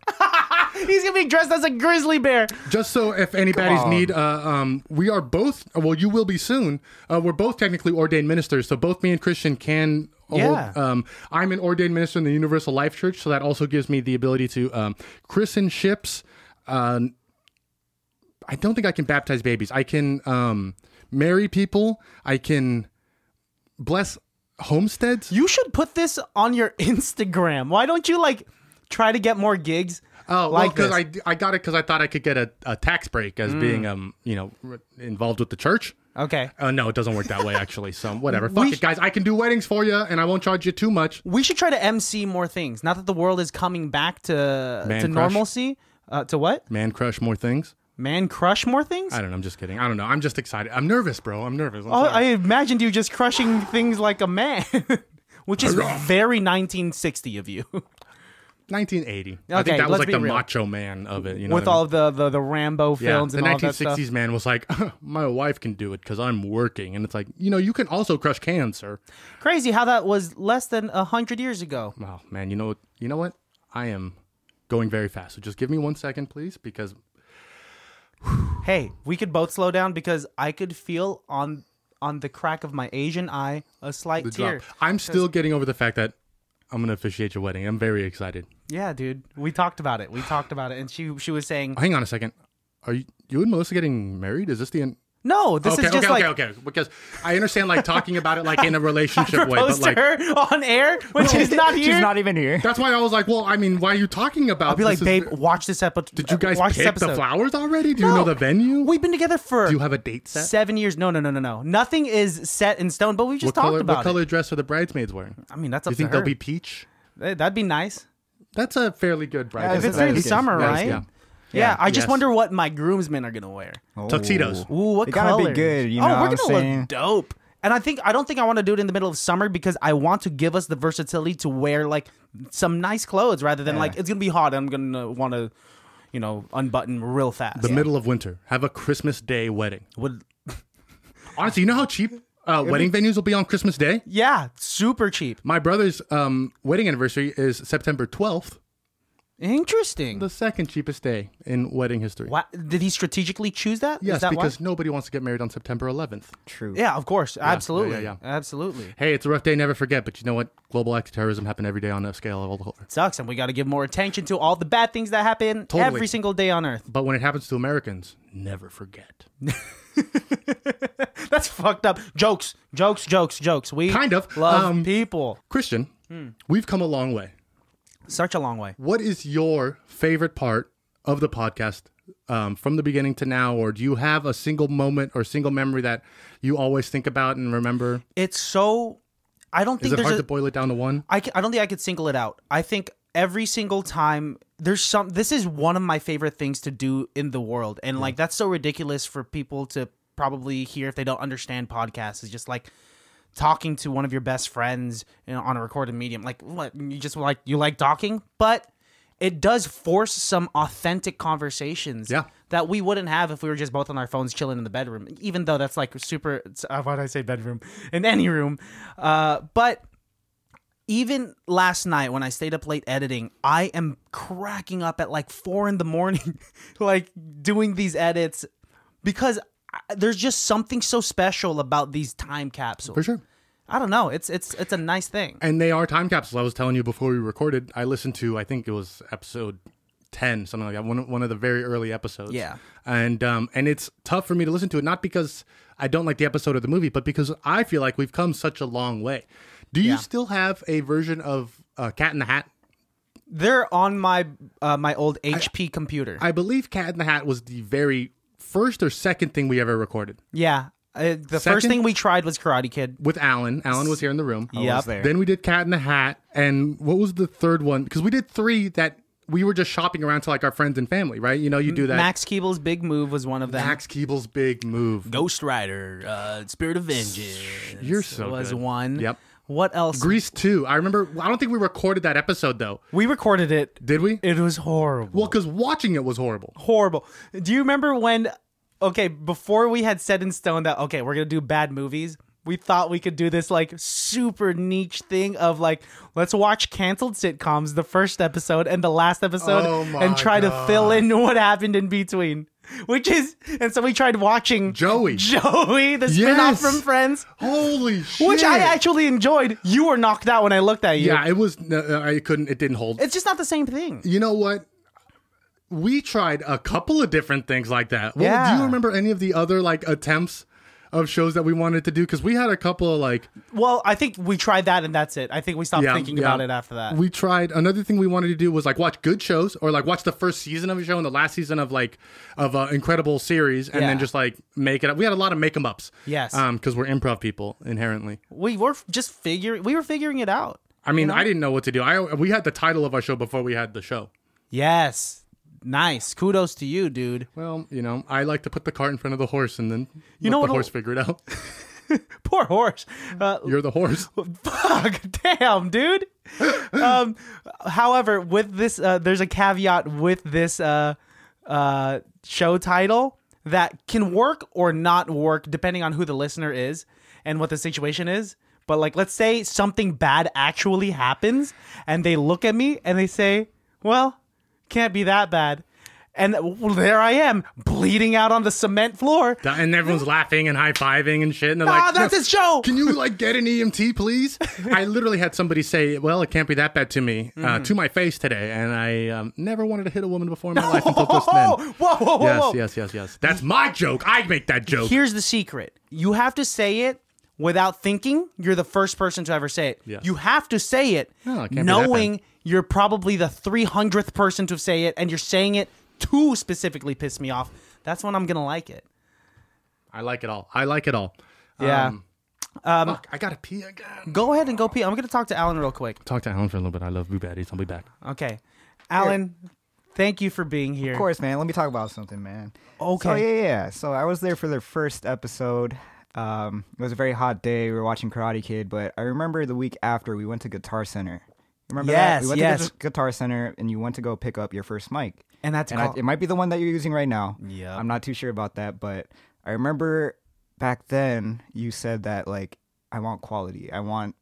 [SPEAKER 2] He's gonna be dressed as a grizzly bear.
[SPEAKER 1] Just so if anybody's
[SPEAKER 3] on.
[SPEAKER 1] need, uh, um, we are both. Well, you will be soon. Uh, we're both technically ordained ministers, so both me and Christian can. hold-
[SPEAKER 2] Yeah.
[SPEAKER 1] um, I'm an ordained minister in the Universal Life Church, so that also gives me the ability to um, christen ships. Uh, I don't think I can baptize babies. I can um, marry people. I can bless homesteads.
[SPEAKER 2] You should put this on your Instagram. Why don't you like try to get more gigs?
[SPEAKER 1] Oh,
[SPEAKER 2] like
[SPEAKER 1] because
[SPEAKER 2] this? Mm.
[SPEAKER 1] I, I got it because I thought I could get a, a tax break as being um you know re- involved with the church.
[SPEAKER 2] Okay.
[SPEAKER 1] Uh, no, it doesn't work that way actually. So
[SPEAKER 2] (laughs)
[SPEAKER 1] whatever, fuck
[SPEAKER 2] We
[SPEAKER 1] it,
[SPEAKER 2] sh-
[SPEAKER 1] guys. I can do weddings for you, and I won't charge you too much.
[SPEAKER 2] We should try to MC more things. Not that the world is coming back to
[SPEAKER 1] Man
[SPEAKER 2] to
[SPEAKER 1] crush.
[SPEAKER 2] normalcy. Uh, to what?
[SPEAKER 1] Man, crush more things.
[SPEAKER 2] Man, crush more things.
[SPEAKER 1] I don't know. I'm just kidding. I don't know. I'm just excited. I'm nervous, bro. I'm nervous. I'm
[SPEAKER 2] Oh, I
[SPEAKER 1] sorry.
[SPEAKER 2] imagined you just crushing things like a man, (laughs) which is
[SPEAKER 1] Hurrah.
[SPEAKER 2] very 1960 of you, (laughs)
[SPEAKER 1] 1980. I
[SPEAKER 2] Okay,
[SPEAKER 1] think that
[SPEAKER 2] let's
[SPEAKER 1] was like
[SPEAKER 2] be
[SPEAKER 1] the
[SPEAKER 2] real.
[SPEAKER 1] macho man of it. You know,
[SPEAKER 2] with
[SPEAKER 1] what I
[SPEAKER 2] all
[SPEAKER 1] mean?
[SPEAKER 2] of the the, the Rambo films
[SPEAKER 1] yeah,
[SPEAKER 2] and
[SPEAKER 1] the
[SPEAKER 2] all that stuff.
[SPEAKER 1] 1960s man was like, (laughs) my wife can do it because I'm working, and it's like, you know, you can also crush cans, sir.
[SPEAKER 2] Crazy how that was less than a hundred years ago.
[SPEAKER 1] Wow, man, you know what? You know what? I am going very fast. So just give me one second, please, because
[SPEAKER 2] Hey, we could both slow down because I could feel on on the crack of my Asian eye a slight tear.
[SPEAKER 1] drop. I'm still getting over the fact that I'm gonna officiate your wedding. I'm very excited.
[SPEAKER 2] Yeah, dude. We talked about it. We talked about it, and she she was saying,
[SPEAKER 1] Hang on a second. Are you, you and Melissa getting married? Is this the end?
[SPEAKER 2] "No, this
[SPEAKER 1] Okay,
[SPEAKER 2] is just
[SPEAKER 1] okay,
[SPEAKER 2] like."
[SPEAKER 1] okay, okay. Because I understand like talking about it like
[SPEAKER 2] (laughs)
[SPEAKER 1] in a relationship way, but
[SPEAKER 2] Proposed
[SPEAKER 1] like
[SPEAKER 2] to her (laughs) on air when she's not here.
[SPEAKER 3] She's not even here.
[SPEAKER 1] that's why I was like, well, I mean, why are you talking about?
[SPEAKER 2] I'll be like,
[SPEAKER 1] this
[SPEAKER 2] babe,
[SPEAKER 1] is-
[SPEAKER 2] watch this episode.
[SPEAKER 1] did you guys
[SPEAKER 2] watch this
[SPEAKER 1] pick
[SPEAKER 2] episode?
[SPEAKER 1] the flowers already? Do you know
[SPEAKER 2] No.
[SPEAKER 1] the venue?
[SPEAKER 2] We've been together for
[SPEAKER 1] Do you have a date set?
[SPEAKER 2] seven years. No, no, no, no, no. Nothing is set in stone. But we just
[SPEAKER 1] what
[SPEAKER 2] talked
[SPEAKER 1] color,
[SPEAKER 2] about
[SPEAKER 1] what color dress are the bridesmaids wearing?
[SPEAKER 2] it. I mean, that's up
[SPEAKER 1] you think
[SPEAKER 2] to
[SPEAKER 1] they'll
[SPEAKER 2] her.
[SPEAKER 1] be peach?
[SPEAKER 2] Eh, That'd be nice.
[SPEAKER 1] That's a fairly good
[SPEAKER 3] If
[SPEAKER 1] bride.
[SPEAKER 2] If it's
[SPEAKER 3] that
[SPEAKER 2] in
[SPEAKER 3] is good.
[SPEAKER 2] summer,
[SPEAKER 1] That is-
[SPEAKER 2] right?
[SPEAKER 1] yeah.
[SPEAKER 2] Yeah,
[SPEAKER 1] Yeah,
[SPEAKER 2] I just
[SPEAKER 1] yes.
[SPEAKER 2] wonder what my groomsmen are gonna wear.
[SPEAKER 1] Tuxedos.
[SPEAKER 2] Ooh, what
[SPEAKER 3] They
[SPEAKER 2] color?
[SPEAKER 3] gotta be good, you know
[SPEAKER 2] oh,
[SPEAKER 3] what
[SPEAKER 2] we're
[SPEAKER 3] I'm
[SPEAKER 2] gonna
[SPEAKER 3] saying?
[SPEAKER 2] look dope. And I think I don't think I want to do it in the middle of summer because I want to give us the versatility to wear like some nice clothes rather than like it's gonna be hot. I'm gonna want to, you know, unbutton real fast.
[SPEAKER 1] The middle of winter. Have a Christmas Day wedding.
[SPEAKER 2] Would
[SPEAKER 1] Honestly, you know how cheap uh, wedding venues will be on Christmas Day?
[SPEAKER 2] yeah, super cheap.
[SPEAKER 1] My brother's um, wedding anniversary is September 12th,
[SPEAKER 2] Interesting.
[SPEAKER 1] the second cheapest day in wedding history.
[SPEAKER 2] Why, did he strategically choose that? Is
[SPEAKER 1] Yes,
[SPEAKER 2] that why?
[SPEAKER 1] because nobody wants to get married on September 11th.
[SPEAKER 3] True.
[SPEAKER 2] Yeah, of course. absolutely.
[SPEAKER 1] yeah.
[SPEAKER 2] Absolutely.
[SPEAKER 1] Hey, it's a rough day, never forget, but you know what? Global acts of terrorism happen every day on a scale of all over.
[SPEAKER 2] Sucks, and we got to give more attention to all the bad things that happen
[SPEAKER 1] Totally.
[SPEAKER 2] every single day on Earth.
[SPEAKER 1] But when it happens to Americans, never forget.
[SPEAKER 2] (laughs) That's fucked up. Jokes, jokes, jokes, jokes. We
[SPEAKER 1] Kind of.
[SPEAKER 2] love
[SPEAKER 1] Um,
[SPEAKER 2] people.
[SPEAKER 1] Christian,
[SPEAKER 2] Hmm.
[SPEAKER 1] we've come a long way.
[SPEAKER 2] Such a long way.
[SPEAKER 1] What is your favorite part of the podcast um, from the beginning to now? Or do you have a single moment or single memory that you always think about and remember?
[SPEAKER 2] It's so. I don't
[SPEAKER 1] Is
[SPEAKER 2] think
[SPEAKER 1] it
[SPEAKER 2] there's
[SPEAKER 1] hard
[SPEAKER 2] a,
[SPEAKER 1] to boil it down to one?
[SPEAKER 2] I, ca- I don't think I could single it out. I think every single time there's some this is one of my favorite things to do in the world and like that's so ridiculous for people to probably hear if they don't understand podcasts is just like talking to one of your best friends you know, on a recorded medium like what you just like you like talking but it does force some authentic conversations
[SPEAKER 1] Yeah.
[SPEAKER 2] that we wouldn't have if we were just both on our phones chilling in the bedroom even though that's like super it's- uh, why did i say bedroom in any room uh, but even last night when I stayed up late editing, I am cracking up at like four in the morning, (laughs) like doing these edits because I, there's just something so special about these time capsules.
[SPEAKER 1] For sure.
[SPEAKER 2] I don't know. It's it's it's a nice thing.
[SPEAKER 1] And they are time capsules. I was telling you before we recorded, I listened to, I think it was episode 10, something like that, one, one of the very early episodes.
[SPEAKER 2] Yeah.
[SPEAKER 1] And, um, and it's tough for me to listen to it, not because I don't like the episode or the movie, but because I feel like we've come such a long way. Do you still have a version of uh, Cat in the Hat?
[SPEAKER 2] They're on my uh, my old HP computer.
[SPEAKER 1] I believe Cat in the Hat was the very first or second thing we ever recorded
[SPEAKER 2] yeah. Uh, the first
[SPEAKER 1] Second-
[SPEAKER 2] thing we tried was Karate Kid.
[SPEAKER 1] with Alan. Alan was here in the room.
[SPEAKER 3] I was
[SPEAKER 2] Yep.
[SPEAKER 3] there.
[SPEAKER 1] Then we did Cat in the Hat, and what was the third one? Because we did three that we were just shopping around to like our friends and family, right? You know, you do that.
[SPEAKER 2] Max Keeble's Big Move was one of them.
[SPEAKER 1] Max Keeble's big move.
[SPEAKER 2] Ghost Rider, uh, Spirit of Vengeance.
[SPEAKER 1] You're so
[SPEAKER 2] was
[SPEAKER 1] good.
[SPEAKER 2] one.
[SPEAKER 1] Yep.
[SPEAKER 2] What else?
[SPEAKER 1] Grease 2. I remember, I don't think we recorded that episode though.
[SPEAKER 2] we recorded it.
[SPEAKER 1] Did we?
[SPEAKER 2] It was horrible.
[SPEAKER 1] well, because watching it was horrible.
[SPEAKER 2] horrible. Do you remember when? Okay, before we had set in stone that okay, we're gonna do bad movies. We thought we could do this like super niche thing of like let's watch canceled sitcoms, the first episode and the last episode,
[SPEAKER 1] Oh my
[SPEAKER 2] and try to fill in what happened in between. Which is, and so we tried watching
[SPEAKER 1] Joey.
[SPEAKER 2] (laughs) Joey, the spinoff
[SPEAKER 1] Yes.
[SPEAKER 2] from Friends,
[SPEAKER 1] Holy shit.
[SPEAKER 2] which I actually enjoyed. You were knocked out when I looked at you.
[SPEAKER 1] Yeah, it was, no, I couldn't, it didn't hold.
[SPEAKER 2] It's just not the same thing.
[SPEAKER 1] you know what? We tried a couple of different things like that. Well, Do
[SPEAKER 2] Yeah.
[SPEAKER 1] you remember any of the other like attempts of shows that we wanted to do? Because we had a couple of like
[SPEAKER 2] Well, I think we tried that and that's it. I think we stopped thinking about it after that.
[SPEAKER 1] We tried another thing we wanted to do was like watch good shows or like watch the first season of a show and the last season of like of an incredible series and then
[SPEAKER 2] Yeah.
[SPEAKER 1] just like make it up. We had a lot of make em ups.
[SPEAKER 2] Yes.
[SPEAKER 1] Um, because we're improv people inherently.
[SPEAKER 2] we were f- just figuring we were figuring it out
[SPEAKER 1] I mean, I didn't know what to do. I we had the title of our show before we had the show.
[SPEAKER 2] yes nice kudos to you dude (laughs)
[SPEAKER 1] Well, you know, I like to put the cart in front of the horse and then you know
[SPEAKER 2] know
[SPEAKER 1] the
[SPEAKER 2] what'll-
[SPEAKER 1] horse figure it out. (laughs)
[SPEAKER 2] poor horse uh,
[SPEAKER 1] You're the horse.
[SPEAKER 2] (laughs) fuck damn dude um however with this uh, there's a caveat with this uh uh show title that can work or not work depending on who the listener is and what the situation is but like let's say something bad actually happens and they look at me and they say well can't be that bad and well, there I am, bleeding out on the cement floor.
[SPEAKER 1] And everyone's laughing and high fiving and shit. And they're
[SPEAKER 2] Ah,
[SPEAKER 1] like,
[SPEAKER 2] that's
[SPEAKER 1] "No,
[SPEAKER 2] a show.
[SPEAKER 1] Can you like get an EMT, please? (laughs) I literally had somebody say, "Well, it can't be that bad to me,
[SPEAKER 2] Mm-hmm.
[SPEAKER 1] uh, to my face today," and I um, never wanted to hit a woman before
[SPEAKER 2] (laughs)
[SPEAKER 1] in my life until just
[SPEAKER 2] Oh,
[SPEAKER 1] then.
[SPEAKER 2] whoa, whoa, whoa,
[SPEAKER 1] Yes,
[SPEAKER 2] whoa.
[SPEAKER 1] yes, yes, yes. That's my joke. I make that joke.
[SPEAKER 2] Here's the secret. You have to say it without thinking. You're the first person to ever say it.
[SPEAKER 1] Yes.
[SPEAKER 2] You have to say it
[SPEAKER 1] No, it can't be that
[SPEAKER 2] knowing you're probably the 300th person to say it and you're saying it to specifically piss me off. That's when I'm going to like it.
[SPEAKER 1] I like it all. I like it all.
[SPEAKER 2] Yeah.
[SPEAKER 1] Um, fuck, I gotta pee again.
[SPEAKER 2] Go ahead and go pee. I'm going to talk to Alan real quick.
[SPEAKER 1] Talk to Alan for a little bit. I love Boo Baddies. I'll be back.
[SPEAKER 2] Okay. Alan, thank you for being here.
[SPEAKER 3] Of course, man. Let me talk about something, man.
[SPEAKER 2] Okay.
[SPEAKER 3] So yeah, yeah. So I was there for their first episode. Um, it was a very hot day. We were watching Karate Kid, but I remember the week after we went to Guitar Center. Remember
[SPEAKER 2] Yes,
[SPEAKER 3] that? We went
[SPEAKER 2] yes.
[SPEAKER 3] to Gu- Guitar Center, and you went to go pick up your first mic.
[SPEAKER 2] And that's
[SPEAKER 3] and I,
[SPEAKER 2] called-
[SPEAKER 3] it might be the one that you're using right now.
[SPEAKER 2] Yep.
[SPEAKER 3] I'm not too sure about that, but I remember back then you said that like I want quality. I want.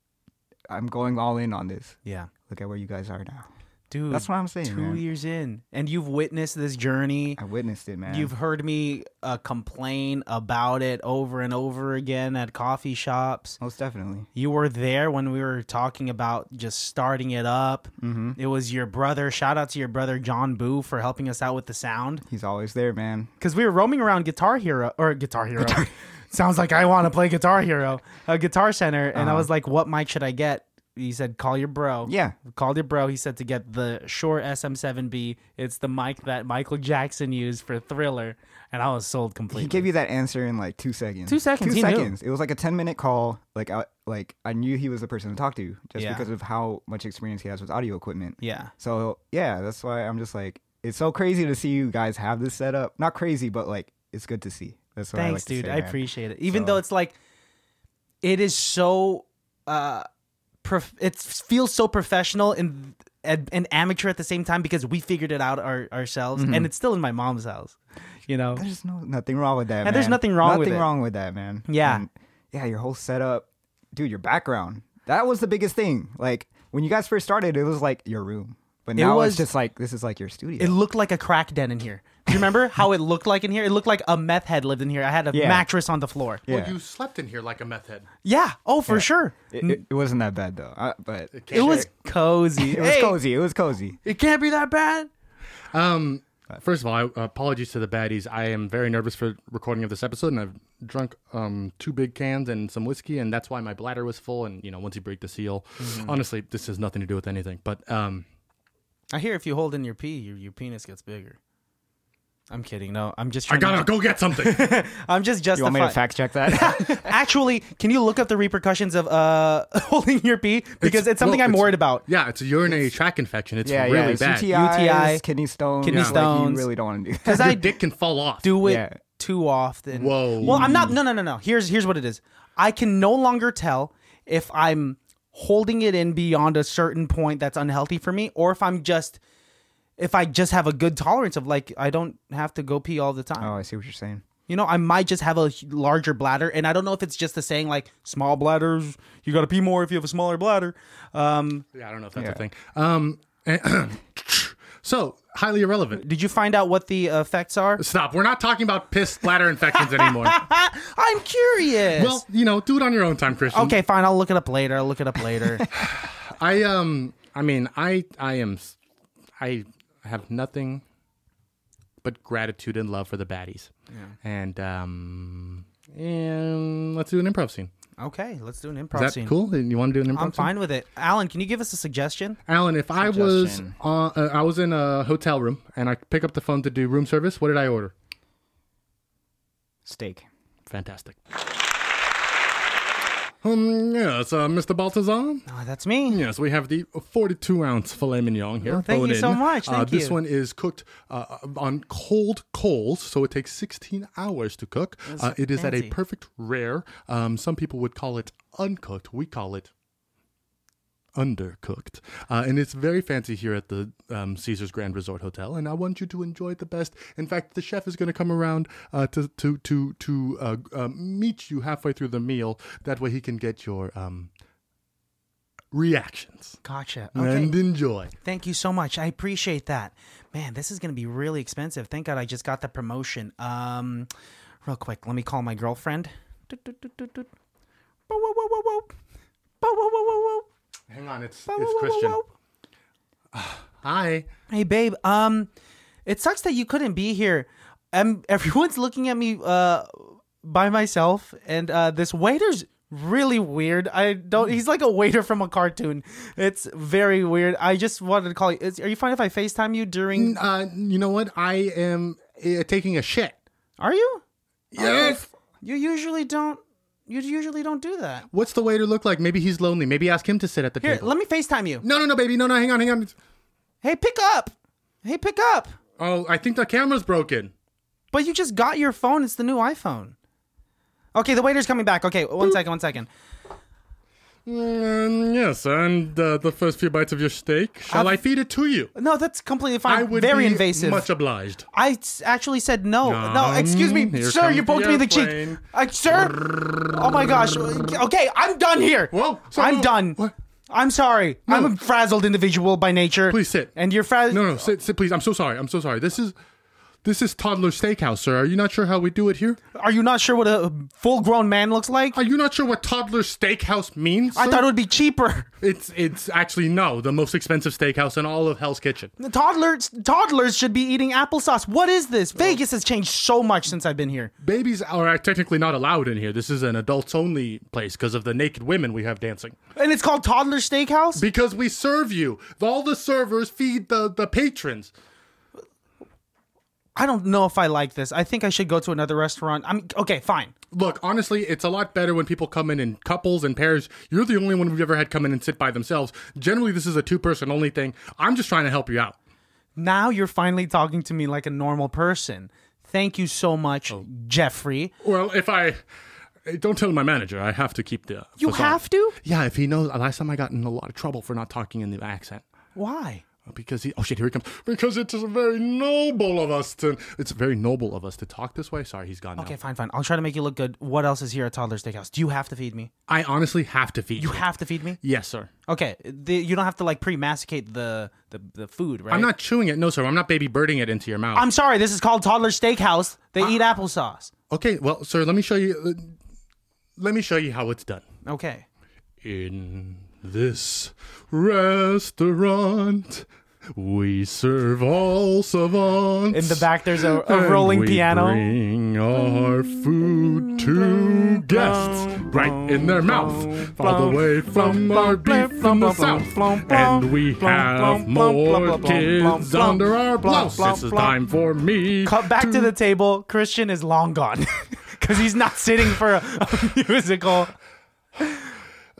[SPEAKER 3] I'm going all in on this.
[SPEAKER 2] Yeah.
[SPEAKER 3] Look at where you guys are now.
[SPEAKER 2] Dude,
[SPEAKER 3] That's what I'm saying,
[SPEAKER 2] 2
[SPEAKER 3] man.
[SPEAKER 2] years in and you've witnessed this journey.
[SPEAKER 3] I witnessed it, man.
[SPEAKER 2] You've heard me uh, complain about it over and over again at coffee shops.
[SPEAKER 3] most definitely.
[SPEAKER 2] You were there when we were talking about just starting it up. Mm-hmm. It was your brother. Shout out to your brother John Boo for helping us out with the sound
[SPEAKER 3] He's always there, man.
[SPEAKER 2] because we were roaming around Guitar Hero or Guitar Hero. (laughs) Sounds like I want to play Guitar Hero, uh, Guitar Center, and I was like, "What mic should I get?" He said, "Call your bro."
[SPEAKER 3] Yeah.
[SPEAKER 2] called your bro. He said to get the Shure SM7B. It's the mic that Michael Jackson used for Thriller, and I was sold
[SPEAKER 3] He
[SPEAKER 2] completely.
[SPEAKER 3] gave you that answer in like two seconds.
[SPEAKER 2] Two seconds,
[SPEAKER 3] Two
[SPEAKER 2] he knew.
[SPEAKER 3] seconds. It was like a ten minute call. Like I like I knew he was the person to talk to just
[SPEAKER 2] Yeah.
[SPEAKER 3] because of how much experience he has with audio equipment.
[SPEAKER 2] yeah,
[SPEAKER 3] So yeah, that's why I'm just like it's so crazy to see you guys have this set up. Not crazy, but like it's good to see. That's what
[SPEAKER 2] thanks,
[SPEAKER 3] I like to
[SPEAKER 2] dude.
[SPEAKER 3] say,
[SPEAKER 2] I
[SPEAKER 3] man.
[SPEAKER 2] appreciate it. Even
[SPEAKER 3] So-
[SPEAKER 2] though it's like, it is so, uh, prof- it feels so professional and, and and amateur at the same time because we figured it out our, ourselves, and it's still in my mom's house, you know.
[SPEAKER 3] There's no nothing wrong with that.
[SPEAKER 2] And there's
[SPEAKER 3] man.
[SPEAKER 2] nothing wrong with
[SPEAKER 3] Nothing
[SPEAKER 2] it.
[SPEAKER 3] wrong with that, man.
[SPEAKER 2] Yeah.
[SPEAKER 3] And, yeah, your whole setup, dude. Your background. That was the biggest thing. Like when you guys first started, it was like your room, but now
[SPEAKER 2] was-
[SPEAKER 3] it's just like this is like your studio.
[SPEAKER 2] It looked like a crack den in here. Do you remember how it looked like in here? It looked like a meth head lived in here. I had a
[SPEAKER 3] Yeah.
[SPEAKER 2] mattress on the floor. Yeah.
[SPEAKER 3] yeah.
[SPEAKER 1] Well, you slept in here like a meth head.
[SPEAKER 2] Oh, for sure.
[SPEAKER 3] It, it, it wasn't that bad though, uh, but it,
[SPEAKER 2] It was cozy. (laughs)
[SPEAKER 3] it was
[SPEAKER 2] Hey,
[SPEAKER 3] cozy. It was cozy.
[SPEAKER 2] It can't be that bad.
[SPEAKER 1] Um, first of all, I, apologies to the baddies. I am very nervous for recording of this episode, and I've drunk um, two big cans and some whiskey, and that's why my bladder was full. And you know, once you break the seal, honestly, this has nothing to do with anything. But um,
[SPEAKER 2] I hear if you hold in your pee, your, your penis gets bigger. I'm kidding. No, I'm just
[SPEAKER 1] I
[SPEAKER 2] trying
[SPEAKER 1] gotta
[SPEAKER 2] to,
[SPEAKER 1] go get something.
[SPEAKER 2] I'm just
[SPEAKER 3] You want me
[SPEAKER 2] justifying.
[SPEAKER 3] to fact
[SPEAKER 2] (laughs)
[SPEAKER 3] check that?
[SPEAKER 2] Actually, can you look up the repercussions of uh (laughs) holding your pee because it's, something
[SPEAKER 1] well,
[SPEAKER 2] I'm
[SPEAKER 1] it's-
[SPEAKER 2] worried about.
[SPEAKER 1] (laughs) yeah, it's a urinary tract infection. It's
[SPEAKER 3] yeah,
[SPEAKER 1] really
[SPEAKER 3] yeah.
[SPEAKER 1] bad.
[SPEAKER 3] UTIs,
[SPEAKER 2] UTI,
[SPEAKER 3] kidney stones.
[SPEAKER 2] kidney
[SPEAKER 3] like,
[SPEAKER 2] stones.
[SPEAKER 3] you really
[SPEAKER 2] (laughs)
[SPEAKER 3] don't want to do
[SPEAKER 2] Because
[SPEAKER 1] (laughs)
[SPEAKER 3] that.
[SPEAKER 1] Your
[SPEAKER 2] I
[SPEAKER 1] dick can fall off.
[SPEAKER 2] do it
[SPEAKER 3] Yeah.
[SPEAKER 2] too often.
[SPEAKER 1] Whoa.
[SPEAKER 2] Well, I'm not. No, no, no, no. Here's here's what it is. I can no longer tell if I'm holding it in beyond a certain point that's unhealthy for me, or if I'm just if I just have a good tolerance of like I don't have to go pee all the time.
[SPEAKER 3] Oh, I see what you're saying.
[SPEAKER 2] You know, I might just have a h- larger bladder, and I don't know if it's just the saying like small bladders, you gotta pee more if you have a smaller bladder. Um,
[SPEAKER 1] Yeah, I don't know if that's a thing. Um, and- (clears throat) so highly irrelevant.
[SPEAKER 2] did you find out what the effects are?
[SPEAKER 1] Stop. We're not talking about piss bladder infections anymore.
[SPEAKER 2] I'm curious.
[SPEAKER 1] well, you know, do it on your own time, Christian.
[SPEAKER 2] okay, fine. I'll look it up later. I'll look it
[SPEAKER 1] (laughs)
[SPEAKER 2] up later.
[SPEAKER 1] I um, I mean, I I am, s- I have nothing but gratitude and love for the baddies. And um, and let's do an improv scene.
[SPEAKER 2] okay, let's do an
[SPEAKER 1] Is
[SPEAKER 2] improv
[SPEAKER 1] that
[SPEAKER 2] scene.
[SPEAKER 1] cool? You want to do an improv?
[SPEAKER 2] I'm
[SPEAKER 1] scene?
[SPEAKER 2] fine with it. Alan, can you give us a suggestion?
[SPEAKER 1] Alan, if I was
[SPEAKER 3] Suggestion.
[SPEAKER 1] on, uh, I was in a hotel room and I pick up the phone to do room service. What did I order?
[SPEAKER 3] Steak.
[SPEAKER 1] Fantastic. Um, yes, uh, Mr. Baltazar.
[SPEAKER 2] Oh, that's me.
[SPEAKER 1] Yes, we have the 42 ounce filet mignon here.
[SPEAKER 2] Well, thank you
[SPEAKER 1] bone-in.
[SPEAKER 2] so much.
[SPEAKER 1] uh,
[SPEAKER 2] Thank
[SPEAKER 1] This
[SPEAKER 2] you.
[SPEAKER 1] one is cooked uh, on cold coals, so it takes 16 hours to cook. Uh, it is at a
[SPEAKER 2] fancy.
[SPEAKER 1] perfect rare. Um, some people would call it uncooked. We call it undercooked. Uh, and it's very fancy here at the um, Caesars Grand Resort Hotel. And I want you to enjoy it the best. In fact, the chef is going to come around uh, to to to to uh, uh, meet you halfway through the meal. That way, he can get your um, reactions
[SPEAKER 2] Gotcha. Okay.
[SPEAKER 1] and enjoy.
[SPEAKER 2] Thank you so much. I appreciate that. Man, this is going to be really expensive. Thank God I just got the promotion. Um, real quick, let me call my girlfriend. Doot, doot, doot, doot, doot. Bow, wow, wow, wow, wow. Bow, wow, wow, wow, wow.
[SPEAKER 1] Hang on, it's
[SPEAKER 2] Bow, wow, wow, wow, wow.
[SPEAKER 1] Hi.
[SPEAKER 2] Hey, babe. Um, it sucks that you couldn't be here. Um, (laughs) everyone's looking at me uh by myself, and uh, this waiter's really weird. I don't. He's like a waiter from a cartoon. It's very weird. I just wanted to call you. Is, are you fine if I Facetime you during?
[SPEAKER 1] Uh, you know what? I am uh, taking a shit.
[SPEAKER 2] Are you?
[SPEAKER 1] Yes.
[SPEAKER 2] You usually don't. You usually don't do that.
[SPEAKER 1] What's the waiter look like? Maybe he's lonely. Maybe ask him to sit at the
[SPEAKER 2] Here,
[SPEAKER 1] table.
[SPEAKER 2] let me Facetime you.
[SPEAKER 1] no, no, no, baby. No, no. Hang on, hang on.
[SPEAKER 2] Hey, pick up. Hey, pick up.
[SPEAKER 1] Oh, I think the camera's broken.
[SPEAKER 2] But you just got your phone. It's the new iPhone. Okay, the waiter's coming back. Okay, one second, one second.
[SPEAKER 1] Mm, yes, and uh, the first few bites of your steak. Shall i
[SPEAKER 2] I've-
[SPEAKER 1] feed it to you?
[SPEAKER 2] No, that's completely fine.
[SPEAKER 1] I would
[SPEAKER 2] Very
[SPEAKER 1] be
[SPEAKER 2] invasive.
[SPEAKER 1] much obliged.
[SPEAKER 2] I s- actually said no. no,
[SPEAKER 1] Um,
[SPEAKER 2] excuse me,
[SPEAKER 1] here
[SPEAKER 2] sir. You
[SPEAKER 1] comes
[SPEAKER 2] poked
[SPEAKER 1] the
[SPEAKER 2] me in the cheek.
[SPEAKER 1] airplane.
[SPEAKER 2] I, sir. Oh my gosh. Okay, I'm done here.
[SPEAKER 1] Whoa, so-
[SPEAKER 2] I'm done.
[SPEAKER 1] what?
[SPEAKER 2] I'm sorry. I'm a frazzled individual by nature.
[SPEAKER 1] Please sit.
[SPEAKER 2] And you're frazzled.
[SPEAKER 1] No, no, sit, sit, please. I'm so sorry. I'm so sorry. This is this is toddler steakhouse, sir. Are you not sure how we do it here?
[SPEAKER 2] Are you not sure what a full-grown man looks like?
[SPEAKER 1] Are you not sure what toddler steakhouse means?
[SPEAKER 2] I
[SPEAKER 1] sir?
[SPEAKER 2] thought it would be (laughs) cheaper.
[SPEAKER 1] it's it's actually no, the most expensive steakhouse in all of Hell's Kitchen.
[SPEAKER 2] Toddlers, toddlers should be eating applesauce. What is this? Vegas has changed so much since I've been here.
[SPEAKER 1] Babies are uh, technically not allowed in here. This is an adults only place because of the naked women we have dancing.
[SPEAKER 2] And it's called Toddler Steakhouse?
[SPEAKER 1] Because we serve you. All the servers feed the the patrons.
[SPEAKER 2] I don't know if I like this. I think I should go to another restaurant. I'm okay, fine.
[SPEAKER 1] Look, honestly, it's a lot better when people come in in couples and pairs. You're the only one we've ever had come in and sit by themselves. Generally, this is a two person only thing. I'm just trying to help you out.
[SPEAKER 2] Now you're finally talking to me like a normal person. Thank you so much, Jeffrey.
[SPEAKER 1] Well, if I don't tell my manager, I have to keep the.
[SPEAKER 2] You
[SPEAKER 1] facade.
[SPEAKER 2] have to?
[SPEAKER 1] Yeah, if he knows. Last time I got in a lot of trouble for not talking in the accent.
[SPEAKER 2] Why?
[SPEAKER 1] Because he, oh shit, here he comes. Because it is very noble of us to. It's very noble of us to talk this way. Sorry, he's gone now.
[SPEAKER 2] Okay, fine, fine. I'll try to make you look good. What else is here at Toddler Steakhouse? Do you have to feed me?
[SPEAKER 1] I honestly have to feed
[SPEAKER 2] You
[SPEAKER 1] you.
[SPEAKER 2] have to feed me?
[SPEAKER 1] yes, sir.
[SPEAKER 2] Okay, the, you don't have to like pre-masticate the the, the food, right?
[SPEAKER 1] I'm not chewing it. No, sir. I'm not baby birding it into your mouth.
[SPEAKER 2] I'm sorry. This is called Toddler Steakhouse. They eat applesauce.
[SPEAKER 1] okay, well, sir, let me show you. uh, let me show you how it's done.
[SPEAKER 2] Okay.
[SPEAKER 1] In this restaurant, we serve all savants.
[SPEAKER 2] In the back, there's a, a
[SPEAKER 1] (laughs) And
[SPEAKER 2] rolling
[SPEAKER 1] we
[SPEAKER 2] piano.
[SPEAKER 1] Bring our food to guests right in their mouth, all the way from our beef from the south. And we have more kids under our blouse. It's time for me.
[SPEAKER 2] Cut back to the table. Christian is long gone (laughs) because he's not sitting for a, a (laughs) musical.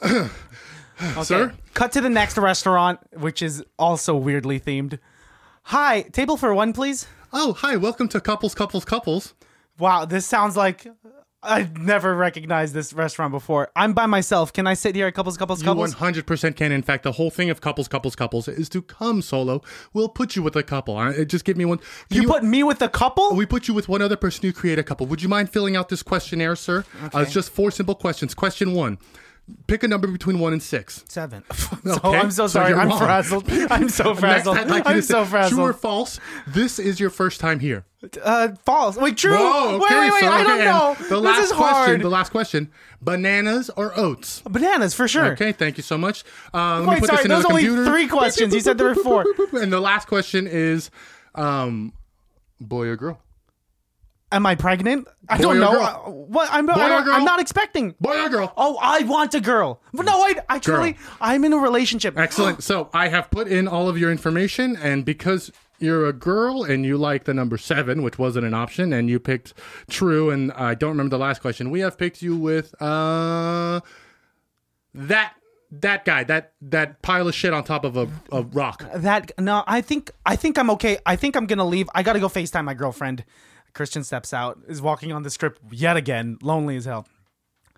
[SPEAKER 2] Okay.
[SPEAKER 1] Sir?
[SPEAKER 2] Cut to the next restaurant, which is also weirdly themed. Hi, table for one, please.
[SPEAKER 1] Oh, hi! Welcome to Couples, Couples, Couples.
[SPEAKER 2] Wow, this sounds like I've never recognized this restaurant before. I'm by myself. Can I sit here at couples, couples,
[SPEAKER 1] You
[SPEAKER 2] couples?
[SPEAKER 1] 100% can. In fact, the whole thing of couples, couples, couples is to come solo. We'll put you with a couple. I, just give me one. Can
[SPEAKER 2] you put me with a couple?
[SPEAKER 1] We put you with one other person who create a couple. Would you mind filling out this questionnaire, sir? Uh, it's just four simple questions. Question one: Pick a number between one and six. (laughs)
[SPEAKER 2] Seven. (laughs) so
[SPEAKER 1] Okay,
[SPEAKER 2] I'm so
[SPEAKER 1] so
[SPEAKER 2] sorry.
[SPEAKER 1] you're
[SPEAKER 2] I'm
[SPEAKER 1] wrong. (laughs)
[SPEAKER 2] frazzled. I'm so
[SPEAKER 1] Next,
[SPEAKER 2] frazzled.
[SPEAKER 1] I'd like you
[SPEAKER 2] I'm
[SPEAKER 1] to
[SPEAKER 2] so
[SPEAKER 1] say, True or
[SPEAKER 2] frazzled.
[SPEAKER 1] false? This is your first time here.
[SPEAKER 2] Uh, false. Wait, true.
[SPEAKER 1] Whoa,
[SPEAKER 2] wait,
[SPEAKER 1] okay,
[SPEAKER 2] wait, wait.
[SPEAKER 1] so,
[SPEAKER 2] I don't
[SPEAKER 1] okay,
[SPEAKER 2] know.
[SPEAKER 1] and The last
[SPEAKER 2] this is
[SPEAKER 1] question.
[SPEAKER 2] hard.
[SPEAKER 1] The last question: Bananas or oats?
[SPEAKER 2] Bananas for sure.
[SPEAKER 1] Okay, thank you so much. Uh, let me
[SPEAKER 2] Wait,
[SPEAKER 1] put
[SPEAKER 2] sorry.
[SPEAKER 1] this in
[SPEAKER 2] Those
[SPEAKER 1] another
[SPEAKER 2] only
[SPEAKER 1] computer.
[SPEAKER 2] three questions. You said there were four.
[SPEAKER 1] (laughs) And the last question is, um, boy or girl?
[SPEAKER 2] Am I pregnant? I
[SPEAKER 1] Boy
[SPEAKER 2] don't
[SPEAKER 1] or
[SPEAKER 2] know.
[SPEAKER 1] girl?
[SPEAKER 2] Uh, What? I'm, I
[SPEAKER 1] or
[SPEAKER 2] don't- I'm
[SPEAKER 1] girl?
[SPEAKER 2] not expecting.
[SPEAKER 1] Boy or girl?
[SPEAKER 2] Oh, I want a girl. But no, I actually,
[SPEAKER 1] Girl.
[SPEAKER 2] I'm in a
[SPEAKER 1] (gasps)
[SPEAKER 2] relationship.
[SPEAKER 1] Excellent. So I have put in all of your information, and because you're a girl and you like the number seven, which wasn't an option, and you picked true, and I don't remember the last question, we have picked you with uh that that guy that that pile of shit on top of a, a rock.
[SPEAKER 2] That no, I think I think I'm okay. I think I'm gonna leave. I gotta go Facetime my girlfriend. Christian steps out, is walking on the strip yet again, lonely as hell. Boop,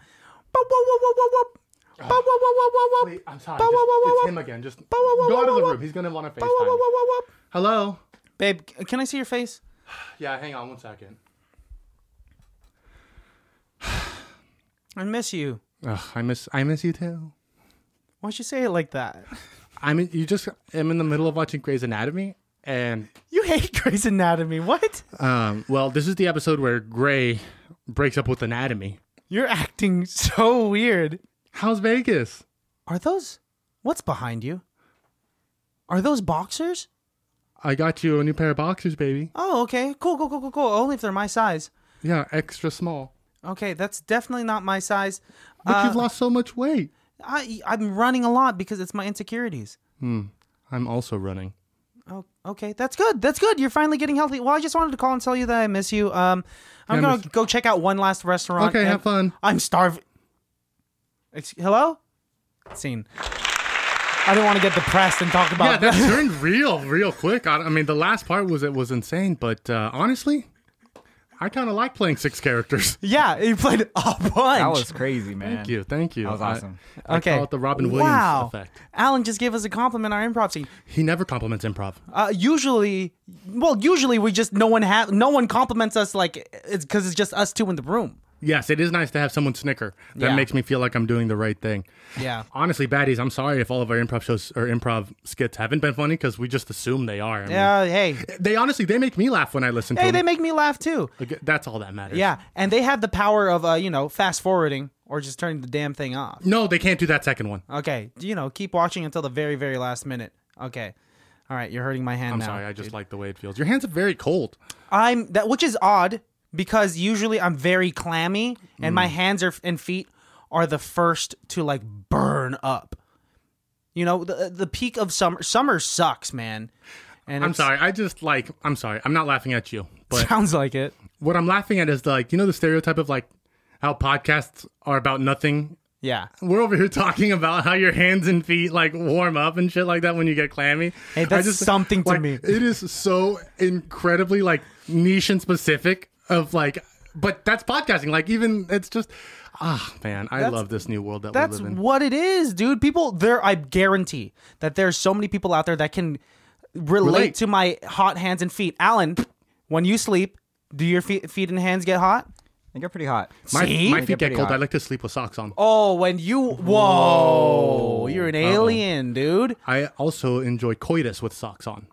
[SPEAKER 2] boop, boop, boop, boop, boop. Boop, boop, boop, boop, boop, boop.
[SPEAKER 1] I'm sorry.
[SPEAKER 2] Boop, boop, boop, boop,
[SPEAKER 1] it's
[SPEAKER 2] boop.
[SPEAKER 1] him again. Just
[SPEAKER 2] whoa,
[SPEAKER 1] go out of the
[SPEAKER 2] whoa,
[SPEAKER 1] room. He's gonna want to
[SPEAKER 2] Boop, boop,
[SPEAKER 1] FaceTime.
[SPEAKER 2] boop, boop, boop.
[SPEAKER 1] Hello.
[SPEAKER 2] Babe, c- can I see your face?
[SPEAKER 1] Yeah, hang on one second.
[SPEAKER 2] I miss you.
[SPEAKER 1] Ugh, I miss I miss you too.
[SPEAKER 2] Why'd you say it like that?
[SPEAKER 1] I mean, you just am in the middle of watching Grey's Anatomy, and
[SPEAKER 2] You hate Grey's Anatomy. What?
[SPEAKER 1] Um, well, this is the episode where Gray breaks up with Anatomy.
[SPEAKER 2] You're acting so weird.
[SPEAKER 1] How's Vegas?
[SPEAKER 2] Are those? What's behind you? Are those boxers?
[SPEAKER 1] I got you a new pair of boxers, baby.
[SPEAKER 2] Oh, okay. Cool, cool, cool, cool, cool. Only if they're my size.
[SPEAKER 1] Yeah, extra small.
[SPEAKER 2] Okay, that's definitely not my size.
[SPEAKER 1] But
[SPEAKER 2] Uh,
[SPEAKER 1] you've lost so much weight.
[SPEAKER 2] I I'm running a lot because it's my insecurities.
[SPEAKER 1] I'm also running.
[SPEAKER 2] Oh, okay, that's good. That's good. You're finally getting healthy. Well, I just wanted to call and tell you that I miss you. Um, I'm
[SPEAKER 1] Yeah, I
[SPEAKER 2] gonna
[SPEAKER 1] miss-
[SPEAKER 2] go check out one last restaurant.
[SPEAKER 1] Okay,
[SPEAKER 2] and-
[SPEAKER 1] have fun.
[SPEAKER 2] I'm starving. Ex- Hello. Scene. I don't want to get depressed and talk
[SPEAKER 1] Yeah,
[SPEAKER 2] about
[SPEAKER 1] that turned real, real quick. I, I mean, the last part was it was insane, but uh, honestly, I kind of like playing six characters.
[SPEAKER 2] (laughs) Yeah, you played a bunch.
[SPEAKER 3] That was crazy, man.
[SPEAKER 1] Thank (laughs) you, thank you. That
[SPEAKER 3] was awesome.
[SPEAKER 1] I,
[SPEAKER 2] okay.
[SPEAKER 1] call it the Robin Williams
[SPEAKER 2] wow.
[SPEAKER 1] effect.
[SPEAKER 2] Alan just gave us a compliment on our improv scene.
[SPEAKER 1] He never compliments improv.
[SPEAKER 2] Uh, usually, well, usually we just no one ha- no one compliments us like it's because it's just us two in the room.
[SPEAKER 1] Yes, it is nice to have someone snicker. That
[SPEAKER 2] Yeah.
[SPEAKER 1] makes me feel like I'm doing the right thing.
[SPEAKER 2] Yeah.
[SPEAKER 1] (laughs) Honestly, baddies, I'm sorry if all of our improv shows or improv skits haven't been funny because we just assume they are. I mean,
[SPEAKER 2] Yeah. Hey.
[SPEAKER 1] They honestly, they make me laugh when I listen
[SPEAKER 2] Hey,
[SPEAKER 1] to
[SPEAKER 2] they
[SPEAKER 1] them.
[SPEAKER 2] make me laugh too.
[SPEAKER 1] Like, That's all that matters.
[SPEAKER 2] Yeah, and they have the power of uh, you know, fast forwarding or just turning the damn thing off.
[SPEAKER 1] No, they can't do that second one.
[SPEAKER 2] Okay, you know, keep watching until the very, very last minute. Okay, all right, you're hurting my hand
[SPEAKER 1] I'm
[SPEAKER 2] now.
[SPEAKER 1] sorry. I just like the way it feels. Your hands are very cold.
[SPEAKER 2] I'm that, which is odd because usually I'm very clammy, and
[SPEAKER 1] Mm.
[SPEAKER 2] my hands are and feet are the first to like burn up. You know, the the peak of summer. Summer sucks, man. And
[SPEAKER 1] I'm
[SPEAKER 2] (laughs) it's-
[SPEAKER 1] sorry. I just like, I'm sorry. I'm not laughing at you. But
[SPEAKER 2] Sounds like it.
[SPEAKER 1] what I'm laughing at is like, you know, the stereotype of like how podcasts are about nothing.
[SPEAKER 2] Yeah.
[SPEAKER 1] We're over here (laughs) talking about how your hands and feet like warm up and shit like that when you get clammy.
[SPEAKER 2] Hey, that's
[SPEAKER 1] I just-
[SPEAKER 2] something (laughs) to
[SPEAKER 1] like,
[SPEAKER 2] me.
[SPEAKER 1] It is so incredibly like niche and specific of like, but that's podcasting. Like even it's just ah man, I love this new world that we
[SPEAKER 2] That's
[SPEAKER 1] live in.
[SPEAKER 2] what it is, dude. People there I guarantee that there's so many people out there that can relate,
[SPEAKER 1] Relate.
[SPEAKER 2] to my hot hands and feet. Alan, when you sleep, do your feet, feet and hands get hot?
[SPEAKER 3] They get pretty hot.
[SPEAKER 1] My,
[SPEAKER 2] See?
[SPEAKER 1] my feet
[SPEAKER 3] Get
[SPEAKER 1] get
[SPEAKER 3] pretty
[SPEAKER 1] cold.
[SPEAKER 3] hot.
[SPEAKER 1] I like to sleep with socks on.
[SPEAKER 2] Oh, when you whoa, you're an alien, dude.
[SPEAKER 1] I also enjoy coitus with socks on.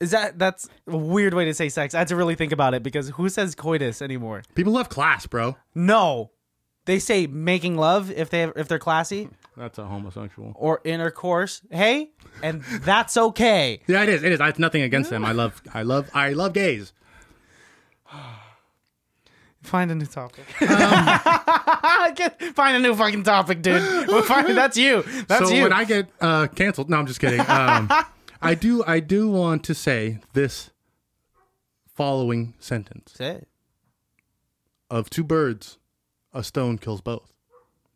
[SPEAKER 2] Is that that's a weird way to say sex? I had to really think about it because who says coitus anymore?
[SPEAKER 1] People love class, bro.
[SPEAKER 2] No. They say making love if they if they're classy
[SPEAKER 1] That's a homosexual.
[SPEAKER 2] or intercourse. Hey, and that's okay.
[SPEAKER 1] Yeah, it is. It is. I have nothing against them. I love. I love. I love gays.
[SPEAKER 2] Find a new (laughs) topic. Um, Get- find a new fucking topic, dude. (laughs) We'll find- that's you. That's
[SPEAKER 1] so
[SPEAKER 2] you.
[SPEAKER 1] when I get uh, canceled, no, I'm just kidding.
[SPEAKER 2] (laughs)
[SPEAKER 1] Um, I do, I do want to say this following sentence
[SPEAKER 2] Say it.
[SPEAKER 1] of two birds, a stone kills both.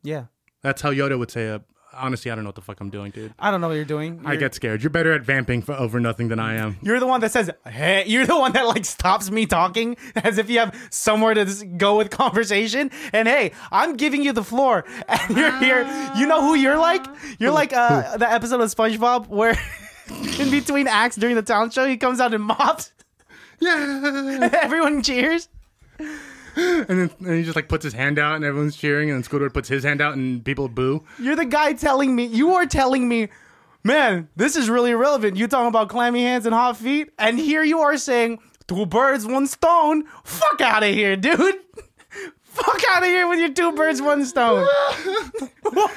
[SPEAKER 2] Yeah.
[SPEAKER 1] That's how Yoda would say a, honestly, I don't know what the fuck I'm doing, dude.
[SPEAKER 2] I don't know what you're doing.
[SPEAKER 1] I
[SPEAKER 2] You're-
[SPEAKER 1] get scared. You're better at vamping for over nothing than I
[SPEAKER 2] (laughs)
[SPEAKER 1] am.
[SPEAKER 2] You're the one that says, hey, (laughs) you're the one that like stops me talking (laughs) as if you have somewhere to s- go with (laughs) conversation. And hey, I'm giving you the floor. (laughs) And you're here. You know who you're like? You're like uh, the episode of SpongeBob where (laughs) in between acts during the talent show, he comes out and (laughs) mops.
[SPEAKER 1] Yeah.
[SPEAKER 2] Everyone cheers.
[SPEAKER 1] And then and he just like puts his hand out and everyone's cheering, and then Squidward puts his hand out and people boo.
[SPEAKER 2] You're the guy telling me, you are telling me, man, this is really irrelevant. You talking about clammy hands and hot feet. And here you are saying, two birds, one stone. Fuck out of here, dude. (laughs) Fuck out of here with your two birds, one stone. (laughs)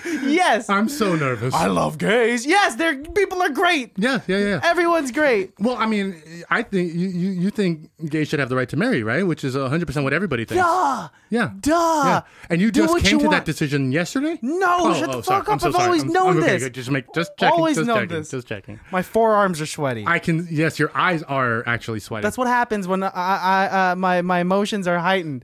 [SPEAKER 2] yes.
[SPEAKER 1] I'm so nervous.
[SPEAKER 2] I love gays. Yes, they're, people are great.
[SPEAKER 1] yeah, yeah, yeah.
[SPEAKER 2] Everyone's great.
[SPEAKER 1] Well, I mean, I think you, you, you think gays should have the right to marry, right? Which is 100% what everybody thinks.
[SPEAKER 2] Duh.
[SPEAKER 1] Yeah.
[SPEAKER 2] Duh.
[SPEAKER 1] Yeah. And you
[SPEAKER 2] Do
[SPEAKER 1] just
[SPEAKER 2] what
[SPEAKER 1] came
[SPEAKER 2] you
[SPEAKER 1] to that
[SPEAKER 2] want.
[SPEAKER 1] decision yesterday? Oh,
[SPEAKER 2] No, shut the
[SPEAKER 1] sorry.
[SPEAKER 2] fuck
[SPEAKER 1] I'm
[SPEAKER 2] up.
[SPEAKER 1] so
[SPEAKER 2] I've
[SPEAKER 1] sorry.
[SPEAKER 2] always
[SPEAKER 1] I'm-
[SPEAKER 2] known
[SPEAKER 1] I'm okay,
[SPEAKER 2] this.
[SPEAKER 1] good. Just make just checking.
[SPEAKER 2] Always
[SPEAKER 1] just
[SPEAKER 2] known
[SPEAKER 1] checking,
[SPEAKER 2] this.
[SPEAKER 1] Just checking.
[SPEAKER 2] My forearms are sweaty.
[SPEAKER 1] I can yes, your eyes are actually sweaty.
[SPEAKER 2] That's what happens when I, I, uh, my, my emotions are heightened.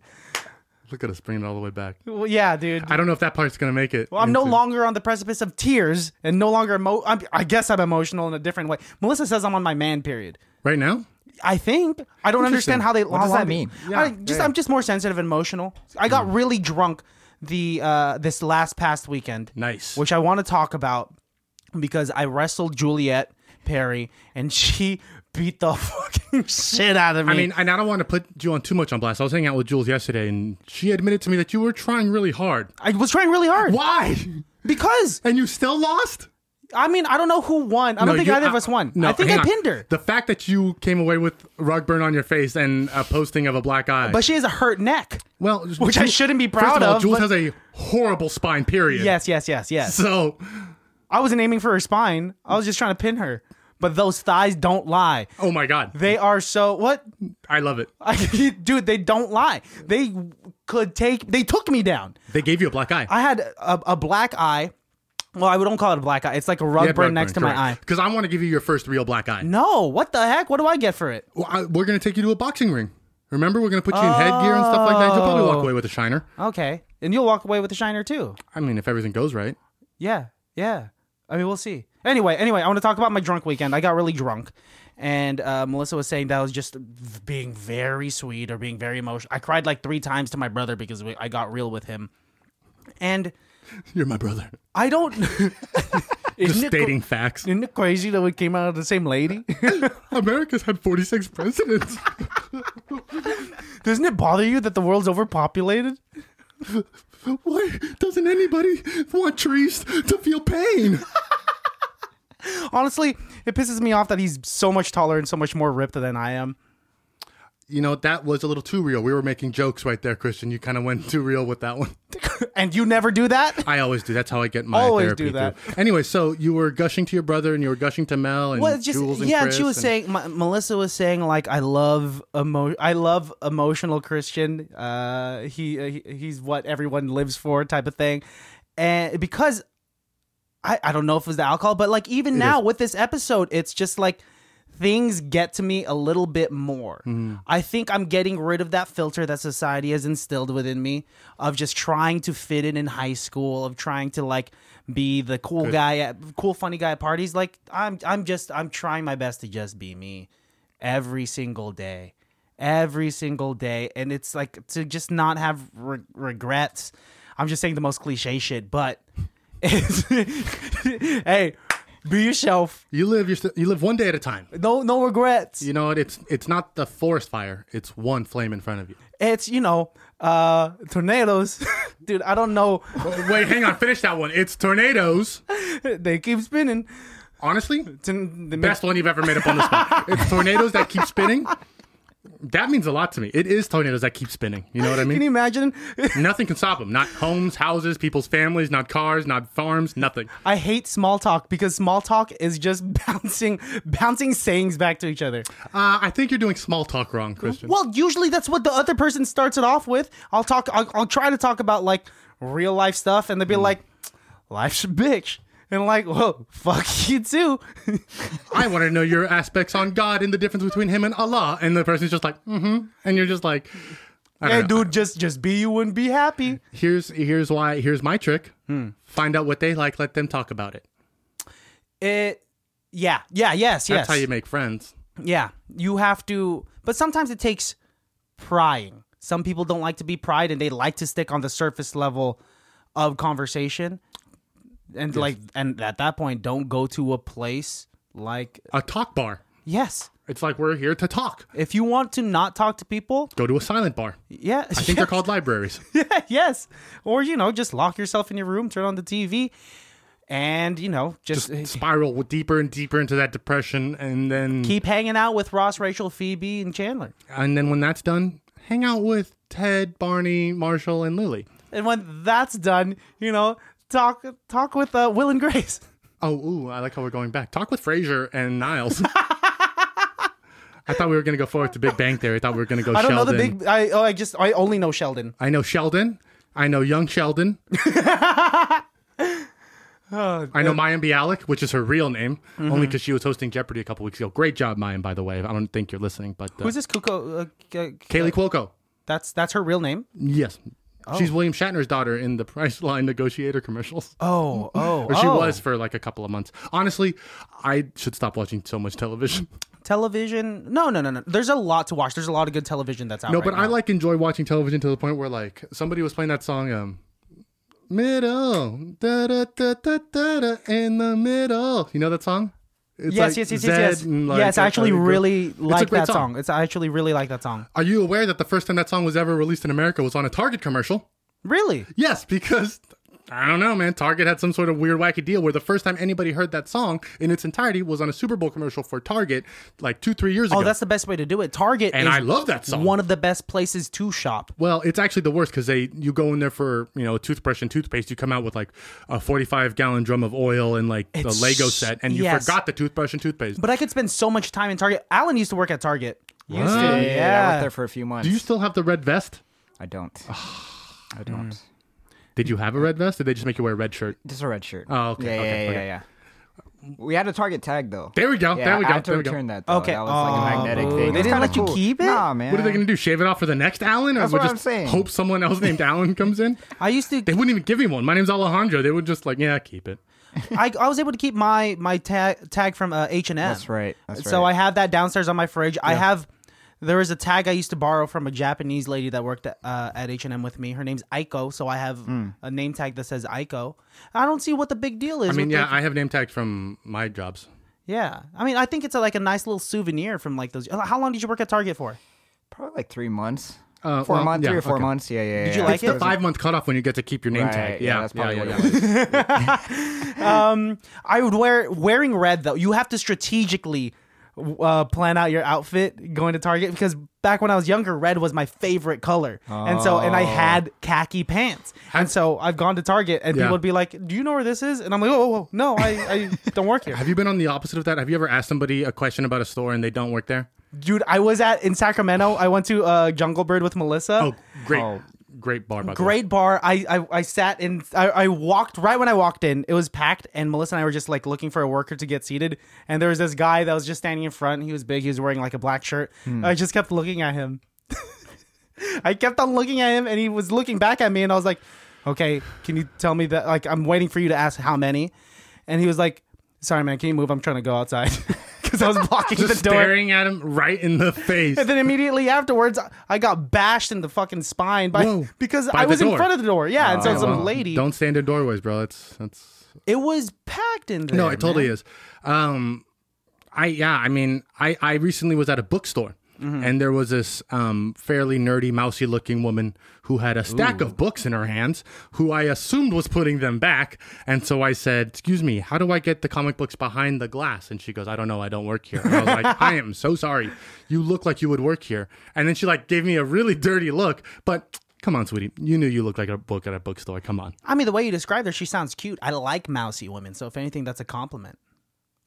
[SPEAKER 1] Look at us bringing it all the way back.
[SPEAKER 2] Well, yeah, dude.
[SPEAKER 1] I don't know if that part's gonna make it.
[SPEAKER 2] Well, I'm no
[SPEAKER 1] into-
[SPEAKER 2] longer on the precipice of tears and no longer emo- I'm, I guess I'm emotional in a different way. Melissa says I'm on my man period.
[SPEAKER 1] right now.
[SPEAKER 2] I think I don't understand how they. What
[SPEAKER 3] does that mean?
[SPEAKER 2] I just I'm just more sensitive and emotional. I got
[SPEAKER 1] Hmm.
[SPEAKER 2] really drunk the uh this last past weekend.
[SPEAKER 1] Nice.
[SPEAKER 2] Which I want to talk about because I wrestled Juliet Perry and she beat the (laughs) fucking shit out of me.
[SPEAKER 1] I mean, and I don't want to put you on too much on blast. I was hanging out with Jules yesterday, and she admitted to me that you were trying really hard.
[SPEAKER 2] I was trying really hard
[SPEAKER 1] Why?
[SPEAKER 2] because
[SPEAKER 1] And you still lost?
[SPEAKER 2] I mean I don't know who won. I don't think
[SPEAKER 1] you-
[SPEAKER 2] either of us won.
[SPEAKER 1] No,
[SPEAKER 2] I think
[SPEAKER 1] hang
[SPEAKER 2] I
[SPEAKER 1] on.
[SPEAKER 2] pinned her.
[SPEAKER 1] The fact that you came away with rug burn on your face and a posting of a black eye.
[SPEAKER 2] but she has a hurt neck.
[SPEAKER 1] well,
[SPEAKER 2] (laughs) which I
[SPEAKER 1] Ju-
[SPEAKER 2] shouldn't be
[SPEAKER 1] First
[SPEAKER 2] proud
[SPEAKER 1] of all,
[SPEAKER 2] of,
[SPEAKER 1] Jules
[SPEAKER 2] but-
[SPEAKER 1] has a horrible spine. Period.
[SPEAKER 2] Yes, yes, yes, yes.
[SPEAKER 1] So
[SPEAKER 2] I wasn't aiming for her spine. I was just trying to pin her. But those thighs don't lie.
[SPEAKER 1] Oh my god,
[SPEAKER 2] They are so what, (laughs)
[SPEAKER 1] I love it.
[SPEAKER 2] I, dude? They don't lie. They could take. They took me down.
[SPEAKER 1] They gave you a black eye.
[SPEAKER 2] I had a, a black eye. Well, I don't call it a black eye. It's like a rug burn next to my eye.
[SPEAKER 1] Because I want to give you your first real black eye.
[SPEAKER 2] No, what the heck? What do I get for it?
[SPEAKER 1] Well, I- we're gonna take you to a boxing ring. Remember, we're gonna put you in headgear and stuff like that. You'll probably walk away with a shiner.
[SPEAKER 2] Okay, and you'll walk away with a shiner too.
[SPEAKER 1] I mean, if everything goes right.
[SPEAKER 2] Yeah, yeah. I mean, we'll see. Anyway, anyway, I want to talk about my drunk weekend. I got really drunk, and uh, Melissa was saying that I was just v- being very sweet or being very emotional. I cried like three times to my brother because we, I got real with him, and
[SPEAKER 1] You're my brother.
[SPEAKER 2] I don't. (laughs)
[SPEAKER 1] Just
[SPEAKER 2] isn't, it,
[SPEAKER 1] stating facts.
[SPEAKER 2] isn't it crazy that we came out of the same lady? (laughs)
[SPEAKER 1] America's had 46 presidents. (laughs)
[SPEAKER 2] Doesn't it bother you that the world's overpopulated?
[SPEAKER 1] Why doesn't anybody want trees to feel pain?
[SPEAKER 2] Honestly, it pisses me off that he's so much taller and so much more ripped than I am.
[SPEAKER 1] You know, that was a little too real. We were making jokes right there, Christian. You kind of went too real with that one.
[SPEAKER 2] And you never do that. (laughs)
[SPEAKER 1] I always do. That's how I get my
[SPEAKER 2] Always
[SPEAKER 1] therapy.
[SPEAKER 2] do that.
[SPEAKER 1] through. Anyway, so you were gushing to your brother and you were gushing to Mel and
[SPEAKER 2] well, it's just
[SPEAKER 1] Jules and
[SPEAKER 2] yeah.
[SPEAKER 1] Chris
[SPEAKER 2] she was
[SPEAKER 1] and-
[SPEAKER 2] saying M- Melissa was saying like I love emo- I love emotional Christian. Uh, he, uh, he he's what everyone lives for type of thing, and because I I don't know if it was the alcohol, but like even now with this episode, it's just like things get to me a little bit more. I think I'm getting rid of that filter that society has instilled within me of just trying to fit in in high school, of trying to like be the cool guy at cool funny guy at parties. Like I'm I'm just I'm trying my best to just be me every single day. Every single day and it's like to just not have re- regrets. I'm just saying the most cliche shit, but it's, (laughs) hey, be yourself.
[SPEAKER 1] You live your you live one day at a time.
[SPEAKER 2] No, no regrets.
[SPEAKER 1] You know what? It's it's not the forest fire. It's one flame in front of you.
[SPEAKER 2] It's you know, uh, tornadoes, (laughs) dude. I don't know. (laughs)
[SPEAKER 1] Wait, hang on. Finish that one. It's tornadoes.
[SPEAKER 2] they keep spinning.
[SPEAKER 1] Honestly,
[SPEAKER 2] Torn- they make-
[SPEAKER 1] best one you've ever made up on the spot. It's tornadoes that keep spinning. That means a lot to me. It is tornadoes that keep spinning. You know what I
[SPEAKER 2] Can you (laughs)
[SPEAKER 1] mean?
[SPEAKER 2] imagine?
[SPEAKER 1] Nothing can stop them. Not homes, houses, people's families, not cars, not farms, nothing.
[SPEAKER 2] I hate small talk because small talk is just (laughs) bouncing, bouncing sayings back to each other.
[SPEAKER 1] Uh, I think you're doing small talk wrong, Christian.
[SPEAKER 2] Well, usually that's what the other person starts it off with. I'll talk. I'll, I'll try to talk about like real life stuff, and they'll be like, "Life's a bitch," and like, "Well, (laughs) fuck you too." (laughs)
[SPEAKER 1] I want to know your aspects on God and the difference between him and Allah. And the person's "Mm-hmm." just like, mm hmm. And you're just like, I don't
[SPEAKER 2] Hey,
[SPEAKER 1] know.
[SPEAKER 2] dude, just just be you and be happy.
[SPEAKER 1] Here's here's why. Here's my trick. Find out what they like. Let them talk about it.
[SPEAKER 2] It, yeah, yeah, yes,
[SPEAKER 1] That's
[SPEAKER 2] yes.
[SPEAKER 1] how you make friends.
[SPEAKER 2] Yeah, you have to, but sometimes it takes prying. Some people don't like to be pried, and they like to stick on the surface level of conversation. And like, and at that point, don't go to a place like
[SPEAKER 1] A talk bar.
[SPEAKER 2] yes.
[SPEAKER 1] It's like we're here to talk.
[SPEAKER 2] If you want to not talk to people,
[SPEAKER 1] Go to a silent bar. I
[SPEAKER 2] yeah, I
[SPEAKER 1] think they're called libraries.
[SPEAKER 2] (laughs) yes, or you know, just lock yourself in your room, turn on the TV, and you know, just,
[SPEAKER 1] Spiral deeper and deeper into that depression, and then
[SPEAKER 2] keep hanging out with Ross, Rachel, Phoebe, and Chandler.
[SPEAKER 1] and then when that's done, hang out with Ted, Barney, Marshall, and Lily.
[SPEAKER 2] And when that's done, you know, talk talk with uh, Will and Grace.
[SPEAKER 1] Oh, ooh, I like how we're going back. Talk with Frasier and
[SPEAKER 2] (laughs)
[SPEAKER 1] Niles. I thought we were gonna go forward to Big Bang Theory. I thought we were gonna go.
[SPEAKER 2] I don't
[SPEAKER 1] Sheldon.
[SPEAKER 2] know the big. I oh, I just I only know Sheldon.
[SPEAKER 1] I know Sheldon. I know young
[SPEAKER 2] (laughs)
[SPEAKER 1] Sheldon.
[SPEAKER 2] Oh,
[SPEAKER 1] I know Mayim Bialik, which is her real name,
[SPEAKER 2] Mm-hmm.
[SPEAKER 1] only because she was hosting Jeopardy a couple weeks ago. Great job, Mayim, by the way. I don't think you're listening, but uh,
[SPEAKER 2] Who's this Kuko? Uh, K- K-
[SPEAKER 1] Kaylee Cuoco.
[SPEAKER 2] that's that's her real name.
[SPEAKER 1] Yes.
[SPEAKER 2] Oh.
[SPEAKER 1] She's William Shatner's daughter in the Priceline negotiator commercials.
[SPEAKER 2] Oh oh
[SPEAKER 1] Or she was for like a couple of months. Honestly, I should stop watching so much television.
[SPEAKER 2] Television? No no no no. There's a lot to watch. There's a lot of good television that's out.
[SPEAKER 1] No,
[SPEAKER 2] right
[SPEAKER 1] but I
[SPEAKER 2] now.
[SPEAKER 1] like enjoy watching television to the point where like somebody was playing that song um middle da da da da da da in the middle. You know that song? It's
[SPEAKER 2] Yes,
[SPEAKER 1] like
[SPEAKER 2] yes, yes,
[SPEAKER 1] Zed
[SPEAKER 2] yes, yes.
[SPEAKER 1] and, like,
[SPEAKER 2] yes,
[SPEAKER 1] that
[SPEAKER 2] I actually
[SPEAKER 1] other girl.
[SPEAKER 2] really
[SPEAKER 1] It's a
[SPEAKER 2] like
[SPEAKER 1] great
[SPEAKER 2] that song. It's I actually really like that song.
[SPEAKER 1] Are you aware that the first time that song was ever released in America was on a Target commercial?
[SPEAKER 2] Really?
[SPEAKER 1] Yes, because I don't know, man. Target had some sort of weird, wacky deal where the first time anybody heard that song in its entirety was on a Super Bowl commercial for Target, like two, three years
[SPEAKER 2] Oh,
[SPEAKER 1] ago.
[SPEAKER 2] that's the best way to do it. Target
[SPEAKER 1] and
[SPEAKER 2] is
[SPEAKER 1] I love that song.
[SPEAKER 2] one of the best places to shop.
[SPEAKER 1] well, it's actually the worst because they you go in there for you know a toothbrush and toothpaste, you come out with like a forty-five gallon drum of oil and like the
[SPEAKER 2] It's-
[SPEAKER 1] Lego set, and you
[SPEAKER 2] yes.
[SPEAKER 1] forgot the toothbrush and toothpaste.
[SPEAKER 2] But I could spend so much time in Target. Alan used to work at Target.
[SPEAKER 3] Used to, yeah, I
[SPEAKER 2] Yeah.
[SPEAKER 3] worked there for a few months.
[SPEAKER 1] Do you still have the red vest?
[SPEAKER 2] (sighs)
[SPEAKER 3] I don't. I don't.
[SPEAKER 2] Mm.
[SPEAKER 1] Did you have a red vest? Did they just make you wear a red shirt?
[SPEAKER 3] Just a red shirt.
[SPEAKER 1] Oh, okay,
[SPEAKER 3] Yeah, yeah,
[SPEAKER 1] okay,
[SPEAKER 3] yeah,
[SPEAKER 1] okay.
[SPEAKER 3] yeah, yeah. We had a Target tag though.
[SPEAKER 1] There we go.
[SPEAKER 3] Yeah,
[SPEAKER 1] there we
[SPEAKER 3] I
[SPEAKER 1] go.
[SPEAKER 3] had to
[SPEAKER 1] there we go.
[SPEAKER 3] return that. Though.
[SPEAKER 2] Okay.
[SPEAKER 3] That was like
[SPEAKER 2] Oh,
[SPEAKER 3] a magnetic
[SPEAKER 2] boo.
[SPEAKER 3] thing.
[SPEAKER 2] They
[SPEAKER 3] It's
[SPEAKER 2] didn't
[SPEAKER 3] kinda
[SPEAKER 2] let you
[SPEAKER 3] cool.
[SPEAKER 2] keep it?
[SPEAKER 3] Nah, man.
[SPEAKER 1] What are they gonna do? Shave it off for the next Alan, or
[SPEAKER 3] That's
[SPEAKER 1] we
[SPEAKER 3] what I'm
[SPEAKER 1] just
[SPEAKER 3] saying.
[SPEAKER 1] hope someone else
[SPEAKER 3] (laughs)
[SPEAKER 1] named Alan comes in?
[SPEAKER 2] I used to
[SPEAKER 1] They wouldn't even give me one. My name's Alejandro. They would just like, yeah, keep it.
[SPEAKER 2] I, I was able to keep my my tag tag from uh, H and M.
[SPEAKER 3] That's right, that's
[SPEAKER 2] so
[SPEAKER 3] right.
[SPEAKER 2] I have that downstairs on my fridge. I have there was a tag I used to borrow from a Japanese lady that worked at, uh, at H and M with me. Her name's Aiko, so I have
[SPEAKER 3] Hmm.
[SPEAKER 2] a name tag that says Aiko. I don't see what the big deal is.
[SPEAKER 1] I mean,
[SPEAKER 2] with
[SPEAKER 1] yeah,
[SPEAKER 2] the-
[SPEAKER 1] I have name tags from my jobs.
[SPEAKER 2] yeah. I mean, I think it's a, like a nice little souvenir from like those. How long did you work at Target for?
[SPEAKER 3] Probably like three months.
[SPEAKER 1] Uh,
[SPEAKER 3] four
[SPEAKER 1] well,
[SPEAKER 3] months,
[SPEAKER 1] yeah,
[SPEAKER 3] three or four
[SPEAKER 1] okay.
[SPEAKER 3] months. Yeah, yeah. Did
[SPEAKER 2] you like
[SPEAKER 1] It's
[SPEAKER 2] it?
[SPEAKER 1] the five month cutoff when you get to keep your name
[SPEAKER 3] Right,
[SPEAKER 1] tag.
[SPEAKER 3] yeah,
[SPEAKER 1] Yeah,
[SPEAKER 3] that's probably
[SPEAKER 1] yeah,
[SPEAKER 3] what
[SPEAKER 1] yeah,
[SPEAKER 3] it was.
[SPEAKER 2] I would wear wearing red though. You have to strategically uh, plan out your outfit going to Target because back when I was younger, red was my favorite color, and so
[SPEAKER 1] Oh.
[SPEAKER 2] and I had khaki pants, and so I've gone to Target and
[SPEAKER 1] Yeah.
[SPEAKER 2] people would be like, "Do you know where this is?" And I'm like, "Oh, oh, oh, no, I, I don't
[SPEAKER 1] (laughs)
[SPEAKER 2] work here,
[SPEAKER 1] Have you been on the opposite of that? Have you ever asked somebody a question about a store and they don't work there?
[SPEAKER 2] dude." I was at in Sacramento. I went to uh, Jungle Bird with Melissa.
[SPEAKER 1] Oh, great,
[SPEAKER 3] Oh.
[SPEAKER 1] great bar. By the way.
[SPEAKER 2] Great bar. I, I I sat and I, I walked right when I walked in. It was packed, and Melissa and I were just like looking for a worker to get seated. And there was this guy that was just standing in front. He was big. He was wearing like a black shirt.
[SPEAKER 1] Hmm.
[SPEAKER 2] I just kept looking at him. (laughs) I kept on looking at him, and he was looking back at me. And I was like, "Okay, can you tell me that? Like, I'm waiting for you to ask how many." And he was like, "Sorry, man. Can you move? I'm trying to go outside (laughs) because I was blocking the door."
[SPEAKER 1] (laughs) Just staring at him right in
[SPEAKER 2] (laughs)
[SPEAKER 1] the face.
[SPEAKER 2] And then immediately afterwards, I got bashed in the fucking spine by
[SPEAKER 1] Whoa.
[SPEAKER 2] because
[SPEAKER 1] By
[SPEAKER 2] I
[SPEAKER 1] the
[SPEAKER 2] was in
[SPEAKER 1] door.
[SPEAKER 2] front of the door. Yeah, and so
[SPEAKER 1] Yeah,
[SPEAKER 2] some
[SPEAKER 1] well,
[SPEAKER 2] lady.
[SPEAKER 1] Don't stand in doorways, bro. That's that's
[SPEAKER 2] It was packed in there.
[SPEAKER 1] No, Oh, it totally
[SPEAKER 2] man.
[SPEAKER 1] is. Um, I yeah, I mean, I I recently was at a bookstore.
[SPEAKER 2] Mm-hmm.
[SPEAKER 1] And there was this um, fairly nerdy, mousy looking woman who had a stack of books in her hands, who I assumed was putting them back. And so I said, Excuse me, how do I get the comic books behind the glass? And she goes, I don't know. I don't work here. And I was like,
[SPEAKER 2] (laughs)
[SPEAKER 1] I am so sorry. You look like you would work here. And then she like gave me a really dirty look. But come on, sweetie. You knew you looked like a book at a bookstore. Come on.
[SPEAKER 2] I mean, the way you described her, she sounds cute. I like mousy women, so if anything, that's a compliment.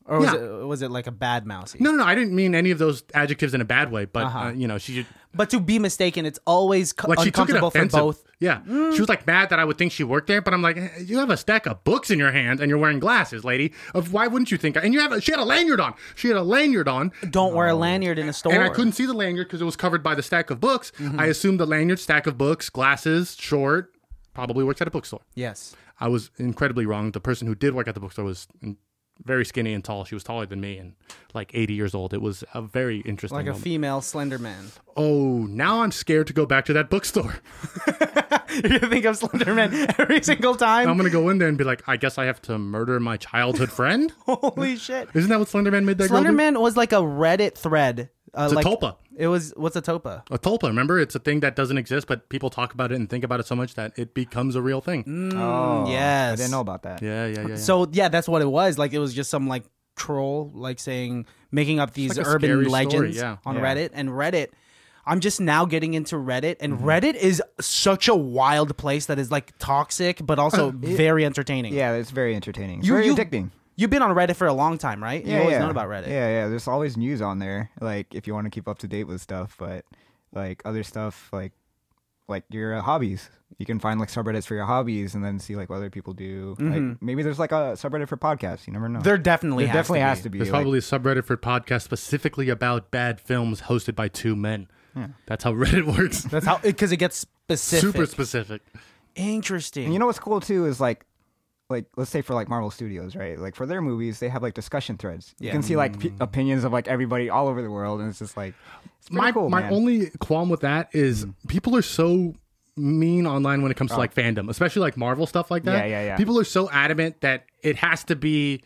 [SPEAKER 2] or was
[SPEAKER 1] Yeah.
[SPEAKER 2] it was it like a bad mousey?
[SPEAKER 1] No, no, no. I didn't mean any of those adjectives in a bad way,
[SPEAKER 2] Uh-huh.
[SPEAKER 1] but uh, you know, she
[SPEAKER 2] But to be mistaken, it's always co-
[SPEAKER 1] like she took it
[SPEAKER 2] uncomfortable for
[SPEAKER 1] offensive.
[SPEAKER 2] both. Mm.
[SPEAKER 1] Yeah, she was like mad that I would think she worked there, but I'm like, eh, you have a stack of books in your hand and you're wearing glasses, lady. Of why wouldn't you think? And you have a, she had a lanyard on. She had a lanyard on,
[SPEAKER 2] Don't wear a lanyard in a store.
[SPEAKER 1] Oh. and I couldn't see the lanyard because it was covered by the stack of books.
[SPEAKER 2] Mm-hmm.
[SPEAKER 1] I assumed the lanyard, stack of books, glasses, short, probably works at a bookstore.
[SPEAKER 2] Yes.
[SPEAKER 1] I was incredibly wrong. The person who did work at the bookstore was mm, very skinny and tall. She was taller than me and like 80 years old. It was a very interesting.
[SPEAKER 2] Like a
[SPEAKER 1] moment.
[SPEAKER 2] female Slender Man. (laughs)
[SPEAKER 1] oh, now I'm scared to go back to that bookstore.
[SPEAKER 2] you think of Slender Man
[SPEAKER 1] (laughs)
[SPEAKER 2] every single time?
[SPEAKER 1] I'm gonna go in there and be like, I guess I have to murder my childhood
[SPEAKER 2] (laughs)
[SPEAKER 1] friend. (laughs)
[SPEAKER 2] Holy shit.
[SPEAKER 1] Isn't that what Slenderman made that girl
[SPEAKER 2] Slender
[SPEAKER 1] do?
[SPEAKER 2] Man was like a Reddit thread. Uh,
[SPEAKER 1] It's
[SPEAKER 2] like,
[SPEAKER 1] a tulpa.
[SPEAKER 2] It was, what's a topa?
[SPEAKER 1] A tulpa. Remember, it's a thing that doesn't exist, but people talk about it and think about it so much that it becomes a real thing.
[SPEAKER 3] Oh, I
[SPEAKER 2] yes.
[SPEAKER 3] didn't know about that.
[SPEAKER 1] Yeah, yeah, yeah. yeah.
[SPEAKER 2] Mm. So yeah, that's what it was. Like it was just some like troll like saying making up these
[SPEAKER 1] like a
[SPEAKER 2] urban
[SPEAKER 1] scary
[SPEAKER 2] legends
[SPEAKER 1] story, yeah.
[SPEAKER 2] on
[SPEAKER 3] Yeah.
[SPEAKER 2] Reddit and Reddit. I'm just now getting into Reddit and
[SPEAKER 3] Mm-hmm.
[SPEAKER 2] Reddit is such a wild place that is like toxic but
[SPEAKER 3] (laughs)
[SPEAKER 2] also very entertaining.
[SPEAKER 3] Yeah, it's very entertaining. It's
[SPEAKER 2] You-
[SPEAKER 3] very
[SPEAKER 2] you-
[SPEAKER 3] addicting.
[SPEAKER 2] You've been on Reddit for a long time, right?
[SPEAKER 3] Yeah,
[SPEAKER 2] you always
[SPEAKER 3] yeah.
[SPEAKER 2] known about Reddit.
[SPEAKER 3] Yeah, yeah. There's always news on there, like if you want to keep up to date with stuff, but like other stuff, like like your uh, hobbies. You can find like subreddits for your hobbies, and then see like what other people do. Like maybe there's like a subreddit for podcasts. You never know.
[SPEAKER 2] Mm-hmm. There definitely
[SPEAKER 3] There
[SPEAKER 2] has
[SPEAKER 3] definitely
[SPEAKER 2] to
[SPEAKER 3] has
[SPEAKER 2] be.
[SPEAKER 3] to be.
[SPEAKER 1] There's
[SPEAKER 3] like-
[SPEAKER 1] probably a subreddit for podcasts specifically about bad films hosted by two men. That's how Reddit (laughs) works.
[SPEAKER 2] That's how because it gets specific.
[SPEAKER 1] Super specific.
[SPEAKER 2] Interesting.
[SPEAKER 3] And you know what's cool too is like like let's say for like Marvel Studios, right? Like for their movies, they have like discussion threads. You
[SPEAKER 2] Yeah. Mm.
[SPEAKER 3] can see like p- opinions of like everybody all over the world, and it's just like it's pretty
[SPEAKER 1] my
[SPEAKER 3] cool,
[SPEAKER 1] my
[SPEAKER 3] man. Hmm.
[SPEAKER 1] only qualm with that is people are so mean online when it comes to like fandom, especially like Marvel stuff like that.
[SPEAKER 3] Oh. Yeah, yeah, yeah.
[SPEAKER 1] People are so adamant that it has to be,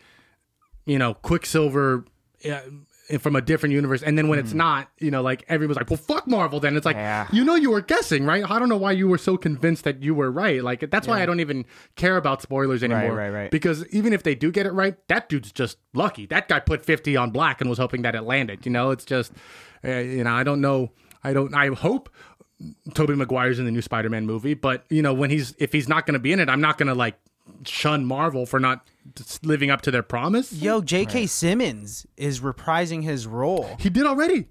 [SPEAKER 1] you know, Quicksilver. Uh, from a different universe, and then when it's not, you know, like everyone's like, "Well, fuck Marvel." Then it's like,
[SPEAKER 3] Hmm. Yeah.
[SPEAKER 1] you know, you were guessing, right? I don't know why you were so convinced that you were right. Like that's why I don't even care about spoilers anymore,
[SPEAKER 3] right, right.
[SPEAKER 1] Because even if they do get it right, that dude's just lucky. That guy put fifty on black and was hoping that it landed. You know, it's just, uh, you know, I don't know. I don't. I hope Toby Maguire's in the new Spider-Man movie, but you know, when he's if he's not going to be in it, I'm not going to like shun Marvel for not just living up to their promise.
[SPEAKER 2] Yo, J.K. Simmons is reprising his role.
[SPEAKER 1] He did already.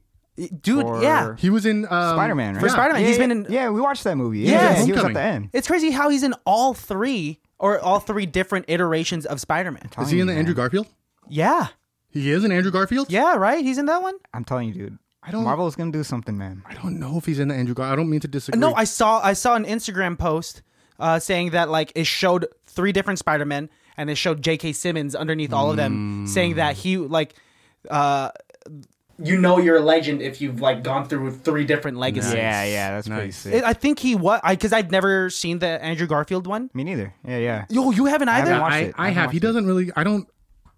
[SPEAKER 2] Dude,
[SPEAKER 3] Or-
[SPEAKER 2] yeah.
[SPEAKER 1] He was in um,
[SPEAKER 3] Spider-Man, right?
[SPEAKER 1] yeah.
[SPEAKER 2] Spider-Man.
[SPEAKER 3] yeah,
[SPEAKER 2] He's
[SPEAKER 3] yeah,
[SPEAKER 2] been in-
[SPEAKER 3] yeah. We watched that movie. Yeah,
[SPEAKER 2] Yes.
[SPEAKER 3] yeah, he was at
[SPEAKER 1] Homecoming.
[SPEAKER 3] the end.
[SPEAKER 2] It's crazy how he's in all three or all three different iterations of Spider-Man.
[SPEAKER 1] Is he in the Andrew Garfield?
[SPEAKER 2] Yeah.
[SPEAKER 1] He is in Andrew Garfield.
[SPEAKER 2] Yeah, right? He's in that one?
[SPEAKER 3] I'm telling you, dude.
[SPEAKER 1] I don't-
[SPEAKER 3] Marvel's gonna do something, man.
[SPEAKER 1] I don't know if he's in the Andrew Garfield. I don't mean to disagree.
[SPEAKER 2] No, I saw I saw an Instagram post uh, saying that like it showed three different Spider-Men and it showed J.K. Simmons underneath all of them saying that he like uh you know you're a legend if you've like gone through three different legacies.
[SPEAKER 3] Yeah, yeah. That's pretty
[SPEAKER 1] Nice.
[SPEAKER 3] sick.
[SPEAKER 2] It, I think he was I cuz I've never seen the Andrew Garfield one.
[SPEAKER 3] Me neither. Yeah, yeah.
[SPEAKER 2] Yo, you haven't either?
[SPEAKER 3] haven't watched
[SPEAKER 1] I,
[SPEAKER 3] it. I
[SPEAKER 1] I
[SPEAKER 3] haven't
[SPEAKER 1] have. He
[SPEAKER 3] watched it.
[SPEAKER 1] doesn't really. I don't.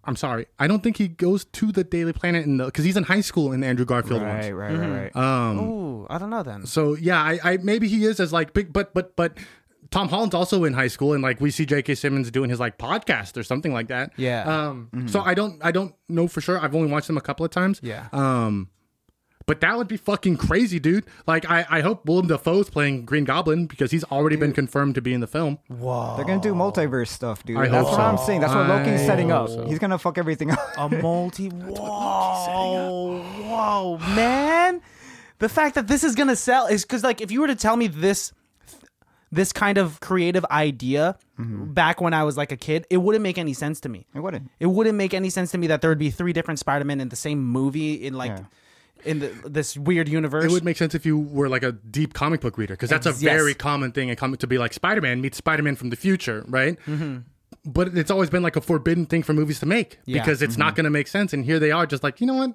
[SPEAKER 1] I'm sorry. I don't think he goes to the Daily Planet in the because he's in high school in the Andrew Garfield ones.
[SPEAKER 3] Right, right, right, right.
[SPEAKER 2] Ooh, I don't know then.
[SPEAKER 1] So yeah, I, I maybe he is as like big, but but but Tom Holland's also in high school, and like we see J.K. Simmons doing his like podcast or something like that.
[SPEAKER 2] Yeah.
[SPEAKER 1] Um.
[SPEAKER 3] Mm-hmm.
[SPEAKER 1] So I don't I don't know for sure. I've only watched them a couple of times.
[SPEAKER 2] Yeah.
[SPEAKER 1] Um. But that would be fucking crazy, dude. Like I I hope Willem Dafoe's playing Green Goblin because he's already been confirmed to be in the film.
[SPEAKER 2] Whoa.
[SPEAKER 3] They're gonna do multiverse stuff, dude.
[SPEAKER 1] Oh. I
[SPEAKER 3] that's
[SPEAKER 1] hope
[SPEAKER 3] what I'm
[SPEAKER 1] so.
[SPEAKER 3] saying. That's what Loki's
[SPEAKER 1] I
[SPEAKER 3] setting up.
[SPEAKER 1] hope so.
[SPEAKER 3] He's gonna fuck everything up.
[SPEAKER 1] (laughs)
[SPEAKER 3] (laughs)
[SPEAKER 2] A multi. Whoa, whoa, man! The fact that this is gonna sell is because, like, if you were to tell me this, this kind of creative idea
[SPEAKER 1] Mm-hmm.
[SPEAKER 2] back when I was like a kid, it wouldn't make any sense to me.
[SPEAKER 3] it wouldn't.
[SPEAKER 2] It wouldn't make any sense to me that there would be three different Spider-Men in the same movie in like
[SPEAKER 3] Yeah.
[SPEAKER 2] in the, this weird universe.
[SPEAKER 1] It would make sense if you were like a deep comic book reader, because that's a
[SPEAKER 2] Ex- yes.
[SPEAKER 1] very common thing in comic to be like Spider Man meets Spider Man from the future, right?
[SPEAKER 2] Mm-hmm.
[SPEAKER 1] But it's always been like a forbidden thing for movies to make
[SPEAKER 2] Yeah. Mm-hmm.
[SPEAKER 1] because it's not going to make sense. And here they are, just like you know what?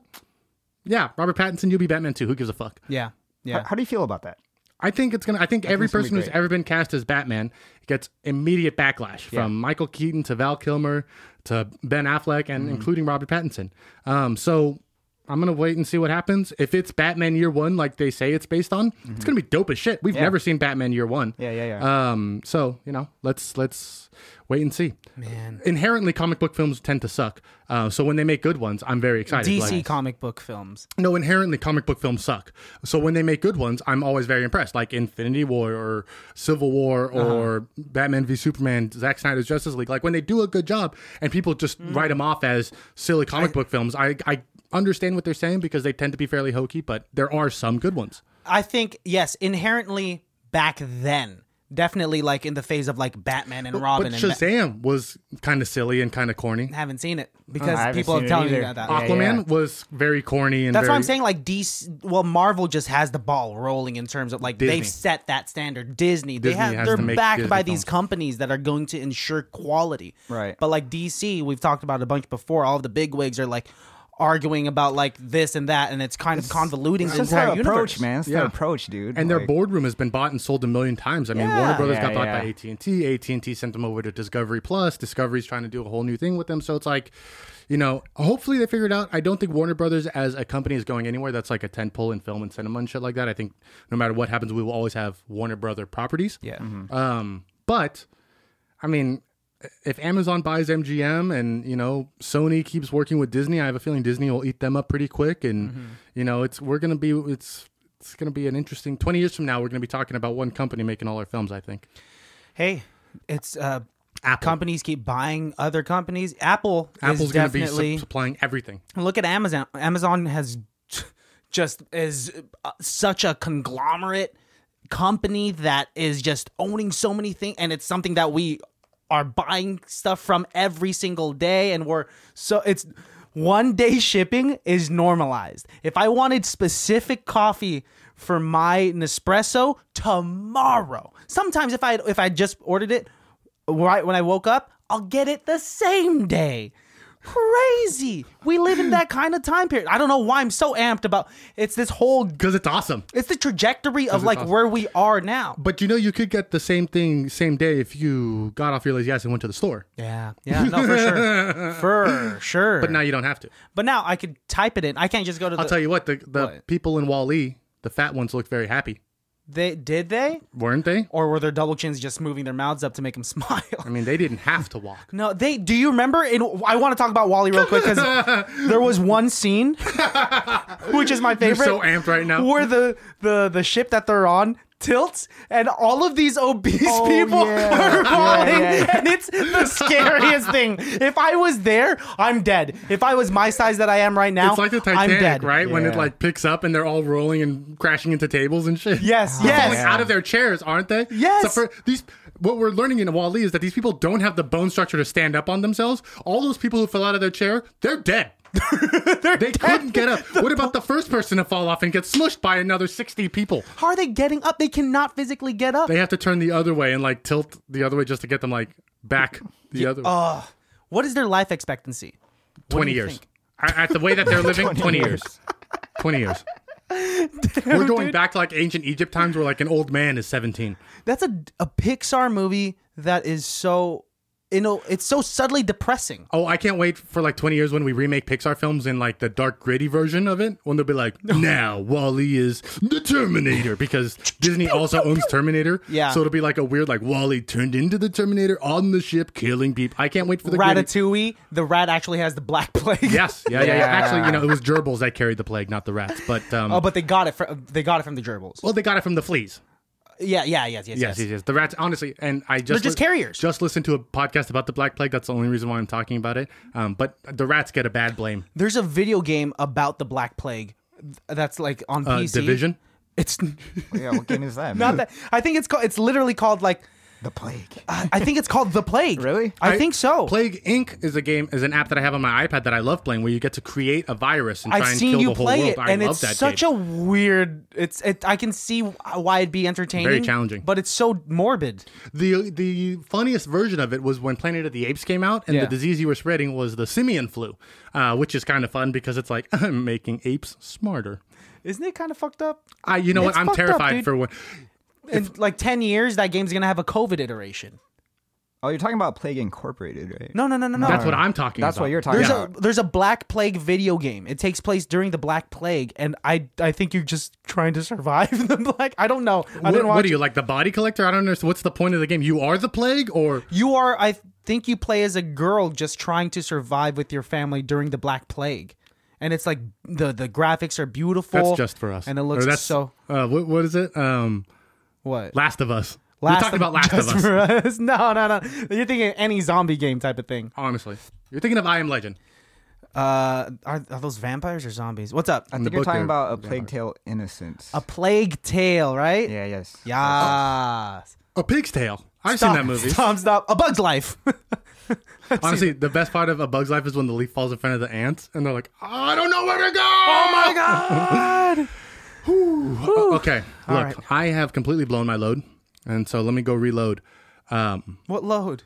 [SPEAKER 1] Yeah, Robert Pattinson, you'll be Batman too. Who gives a fuck?
[SPEAKER 2] yeah,
[SPEAKER 3] How,
[SPEAKER 2] yeah.
[SPEAKER 3] how do you feel about that?
[SPEAKER 1] I think it's gonna. I think every
[SPEAKER 3] it's gonna be
[SPEAKER 1] person who's
[SPEAKER 3] great.
[SPEAKER 1] ever been cast as Batman gets immediate backlash from Michael
[SPEAKER 3] Mm-hmm.
[SPEAKER 1] Keaton to Val Kilmer to Ben Affleck and including Robert Pattinson. Um, so I'm gonna wait and see what happens. If it's Batman Year One, like they say it's based on, it's gonna be dope as shit. We've never seen Batman Year One.
[SPEAKER 3] Mm-hmm. Yeah, yeah, yeah.
[SPEAKER 1] Um, so you know, let's let's wait and see.
[SPEAKER 2] Man.
[SPEAKER 1] Inherently, comic book films tend to suck. Uh, so when they make good ones, I'm very excited.
[SPEAKER 2] DC
[SPEAKER 1] Like,
[SPEAKER 2] comic book films.
[SPEAKER 1] no, inherently, comic book films suck. So when they make good ones, I'm always very impressed. Like Infinity War or Civil War
[SPEAKER 2] Uh-huh.
[SPEAKER 1] or Batman v Superman, Zack Snyder's Justice League. Like when they do a good job and people just
[SPEAKER 2] Mm-hmm.
[SPEAKER 1] write them off as silly comic book films, I, I understand what they're saying because they tend to be fairly hokey, but there are some good ones.
[SPEAKER 2] I think yes, inherently back then, definitely like in the phase of like Batman and Robin
[SPEAKER 1] but
[SPEAKER 2] and Ba-
[SPEAKER 1] Shazam was kind of silly and kind of corny.
[SPEAKER 2] haven't seen it because
[SPEAKER 3] I haven't
[SPEAKER 2] people are
[SPEAKER 3] seen it
[SPEAKER 2] telling me
[SPEAKER 3] either.
[SPEAKER 2] about that.
[SPEAKER 3] Yeah,
[SPEAKER 1] Aquaman was very corny and
[SPEAKER 2] That's why
[SPEAKER 1] very-
[SPEAKER 2] I'm saying like DC. Well, Marvel just has the ball rolling in terms of like
[SPEAKER 1] Disney.
[SPEAKER 2] they've set that standard. Disney, they
[SPEAKER 1] Disney
[SPEAKER 2] have
[SPEAKER 1] has
[SPEAKER 2] they're
[SPEAKER 1] to make
[SPEAKER 2] backed
[SPEAKER 1] Disney
[SPEAKER 2] by these
[SPEAKER 1] films.
[SPEAKER 2] companies that are going to ensure quality.
[SPEAKER 3] Right.
[SPEAKER 2] But like DC, we've talked about a bunch before. All of the big wigs are like arguing about like this and that, and it's kind of convoluting the
[SPEAKER 3] It's their
[SPEAKER 2] entire
[SPEAKER 3] approach,
[SPEAKER 2] universe.
[SPEAKER 3] man. It's their
[SPEAKER 1] Yeah.
[SPEAKER 3] approach, dude.
[SPEAKER 1] and their
[SPEAKER 3] Like,
[SPEAKER 1] boardroom has been bought and sold a million times. I mean,
[SPEAKER 2] Yeah.
[SPEAKER 1] Warner Brothers got
[SPEAKER 3] Yeah,
[SPEAKER 1] bought
[SPEAKER 3] yeah.
[SPEAKER 1] by AT and T. AT and T sent them over to Discovery Plus. Discovery's trying to do a whole new thing with them. So it's like, you know, hopefully they figure it out. I don't think Warner Brothers as a company is going anywhere. That's like a tent pole in film and cinema and shit like that. I think no matter what happens, we will always have Warner Brother properties.
[SPEAKER 2] Yeah.
[SPEAKER 1] Um, but I mean, if Amazon buys MGM and you know Sony keeps working with Disney, I have a feeling Disney will eat them up pretty quick. And you know, it's we're gonna be it's it's gonna be an interesting twenty years from now. We're gonna be talking about one company making all our films. I think
[SPEAKER 2] Hey, it's uh,
[SPEAKER 1] Apple.
[SPEAKER 2] companies keep buying other companies. Apple
[SPEAKER 1] Apple's
[SPEAKER 2] is
[SPEAKER 1] gonna
[SPEAKER 2] definitely
[SPEAKER 1] be su- supplying everything.
[SPEAKER 2] look at Amazon. Amazon has just is uh, such a conglomerate company that is just owning so many things, and it's something that we are buying stuff from every single day, and we're so it's one day shipping is normalized. If I wanted specific coffee for my Nespresso tomorrow, sometimes if I if I just ordered it right when I woke up, I'll get it the same day. Crazy. We live in that kind of time period. I don't know why I'm so amped about it's this whole
[SPEAKER 1] Because it's awesome.
[SPEAKER 2] it's the trajectory of
[SPEAKER 1] it's
[SPEAKER 2] like
[SPEAKER 1] awesome.
[SPEAKER 2] where we are now.
[SPEAKER 1] But you know, you could get the same thing same day if you got off your lazy ass and went to the store.
[SPEAKER 2] Yeah. Yeah, no for sure. (laughs) For sure.
[SPEAKER 1] But now you don't have to.
[SPEAKER 2] But now I could type it in. I can't just go to
[SPEAKER 1] I'll
[SPEAKER 2] the
[SPEAKER 1] tell you what, the the people in Wall-E, the fat ones, looked very happy,
[SPEAKER 2] they did they?
[SPEAKER 1] weren't they?
[SPEAKER 2] Or were their double chins just moving their mouths up to make them (laughs) smile?
[SPEAKER 1] I mean, they didn't have to walk.
[SPEAKER 2] No, they. Do you remember? In I want to talk about Wally real quick because
[SPEAKER 1] (laughs)
[SPEAKER 2] there was one scene, which is my favorite.
[SPEAKER 1] so amped right now.
[SPEAKER 2] Where the the the ship that they're on tilts, and all of these obese people
[SPEAKER 3] Oh, yeah.
[SPEAKER 2] (laughs) are
[SPEAKER 3] Yeah,
[SPEAKER 2] falling,
[SPEAKER 3] yeah, yeah.
[SPEAKER 2] and it's the scariest thing. If I was there, I'm dead. If I was my size that I am right now,
[SPEAKER 1] It's like the
[SPEAKER 2] I'm dead.
[SPEAKER 1] Titanic, right? When it
[SPEAKER 3] Yeah.
[SPEAKER 1] like picks up and they're all rolling and crashing into tables and shit.
[SPEAKER 2] Yes,
[SPEAKER 1] They're
[SPEAKER 2] yes.
[SPEAKER 1] falling out of their chairs, aren't they?
[SPEAKER 2] Yes.
[SPEAKER 1] So for these, what we're learning in Wally is that these people don't have the bone structure to stand up on themselves. All those people who fell out of their chair, they're
[SPEAKER 2] (laughs)
[SPEAKER 1] dead. they couldn't get up. what about the first person to fall off and get smushed by another sixty people?
[SPEAKER 2] How are they getting up? They cannot physically get up.
[SPEAKER 1] They have to turn the other way and like tilt the other way just to get them like back the other way.
[SPEAKER 2] Ugh. what is their life expectancy?
[SPEAKER 1] Twenty
[SPEAKER 2] do you
[SPEAKER 1] years.
[SPEAKER 2] think?
[SPEAKER 1] A- At the way
[SPEAKER 2] (laughs)
[SPEAKER 1] that they're living, twenty years. 20 years. We're going back to like ancient Egypt times where like an old man is 17.
[SPEAKER 2] That's a a Pixar movie that is so you know it's so subtly depressing.
[SPEAKER 1] Oh, I can't wait for like 20 years when we remake Pixar films in like the dark gritty version of it when they'll be like, now Wally is the Terminator because Disney also owns Terminator.
[SPEAKER 2] Yeah.
[SPEAKER 1] So it'll be like a weird like Wally turned into the Terminator on the ship killing people. I can't wait for the gritty.
[SPEAKER 2] Ratatouille, the rat actually has the black (laughs) plague.
[SPEAKER 1] Yes. Yeah, yeah, yeah.
[SPEAKER 3] Yeah.
[SPEAKER 1] Actually, you know, it was gerbils that carried the plague, not the rats. But um
[SPEAKER 2] Oh, but they got it from they got it from the gerbils.
[SPEAKER 1] well, they got it from the fleas.
[SPEAKER 2] yeah, yeah, yes, yes, yes.
[SPEAKER 1] Yes, yes, yes. The rats, honestly, and I just
[SPEAKER 2] just carriers.
[SPEAKER 1] Just listened to a podcast about the Black Plague. That's the only reason why I'm talking about it. Um, but the rats get a bad blame.
[SPEAKER 2] There's a video game about the black plague th- that's like on
[SPEAKER 1] Uh,
[SPEAKER 2] PC.
[SPEAKER 1] Division.
[SPEAKER 2] It's (laughs)
[SPEAKER 3] Yeah, what game is that?
[SPEAKER 2] not
[SPEAKER 3] man?
[SPEAKER 2] that. I think it's called. It's literally called like.
[SPEAKER 3] the plague.
[SPEAKER 2] I I think it's called the plague.
[SPEAKER 3] Really?
[SPEAKER 2] I, think so.
[SPEAKER 1] Plague Inc. is a game, is an app that I have on my iPad that I love playing, where you get to create a virus and try
[SPEAKER 2] I've
[SPEAKER 1] and
[SPEAKER 2] seen
[SPEAKER 1] kill
[SPEAKER 2] you
[SPEAKER 1] the whole
[SPEAKER 2] play
[SPEAKER 1] world.
[SPEAKER 2] it,
[SPEAKER 1] I
[SPEAKER 2] and
[SPEAKER 1] love
[SPEAKER 2] it's
[SPEAKER 1] that
[SPEAKER 2] such
[SPEAKER 1] game.
[SPEAKER 2] a weird. It's it. I can see why it'd be entertaining,
[SPEAKER 1] challenging.
[SPEAKER 2] but it's so morbid.
[SPEAKER 1] the the funniest version of it was when Planet of the Apes came out, and
[SPEAKER 2] Yeah.
[SPEAKER 1] the disease you were spreading was the simian flu, uh, which is kind of fun because it's like (laughs) I'm making apes smarter.
[SPEAKER 2] Isn't it kind of fucked up?
[SPEAKER 1] I, you know
[SPEAKER 2] It's
[SPEAKER 1] what? I'm
[SPEAKER 2] fucked up,
[SPEAKER 1] terrified
[SPEAKER 2] dude.
[SPEAKER 1] for when
[SPEAKER 2] In like ten years, that game's gonna have a COVID iteration.
[SPEAKER 3] Oh, you're talking about Plague Incorporated, right?
[SPEAKER 2] No, no, no, no, no.
[SPEAKER 1] That's what I'm talking
[SPEAKER 3] That's
[SPEAKER 1] about.
[SPEAKER 3] what you're talking
[SPEAKER 2] there's a
[SPEAKER 3] about.
[SPEAKER 2] there's a Black Plague video game. It takes place during the Black Plague, and I I think you're just trying to (laughs) survive the Black. I don't know. I
[SPEAKER 1] What,
[SPEAKER 2] didn't
[SPEAKER 1] what
[SPEAKER 2] watch.
[SPEAKER 1] are you, like the body collector? I don't understand. What's the point of the game? You are the plague or.
[SPEAKER 2] You are. I think you play as a girl just trying to survive with your family during the Black Plague, and it's like the the graphics are beautiful.
[SPEAKER 1] That's just for us.
[SPEAKER 2] and it
[SPEAKER 1] Or
[SPEAKER 2] looks
[SPEAKER 1] that's,
[SPEAKER 2] so
[SPEAKER 1] Uh, what, what is it? Um,
[SPEAKER 2] what.
[SPEAKER 1] Last of Us.
[SPEAKER 2] Last
[SPEAKER 1] we talked
[SPEAKER 2] of-
[SPEAKER 1] about Last of
[SPEAKER 2] (laughs) just
[SPEAKER 1] Us.
[SPEAKER 2] for us. No, no, no. You're thinking any zombie game type of thing.
[SPEAKER 1] Honestly, you're thinking of I Am Legend.
[SPEAKER 2] Uh, are, are those vampires or zombies? What's up?
[SPEAKER 3] I
[SPEAKER 1] in the
[SPEAKER 3] think you're
[SPEAKER 1] book
[SPEAKER 3] talking
[SPEAKER 1] there-
[SPEAKER 3] about a Plague Tale Innocence.
[SPEAKER 2] A plague tale, right?
[SPEAKER 3] yeah, yes.
[SPEAKER 2] Yes.
[SPEAKER 1] A Pig's Tale. I've
[SPEAKER 2] Stop,
[SPEAKER 1] seen that movie.
[SPEAKER 2] Stop, stop. A
[SPEAKER 1] (laughs)
[SPEAKER 2] Bug's Life.
[SPEAKER 1] Honestly, the best part of A Bug's Life is when the leaf falls in front of the ants, and they're like, "I don't know where to go." Oh my (laughs)
[SPEAKER 2] God.
[SPEAKER 1] Okay, look, I have completely blown my load, and so let me go reload. Um,
[SPEAKER 2] What load?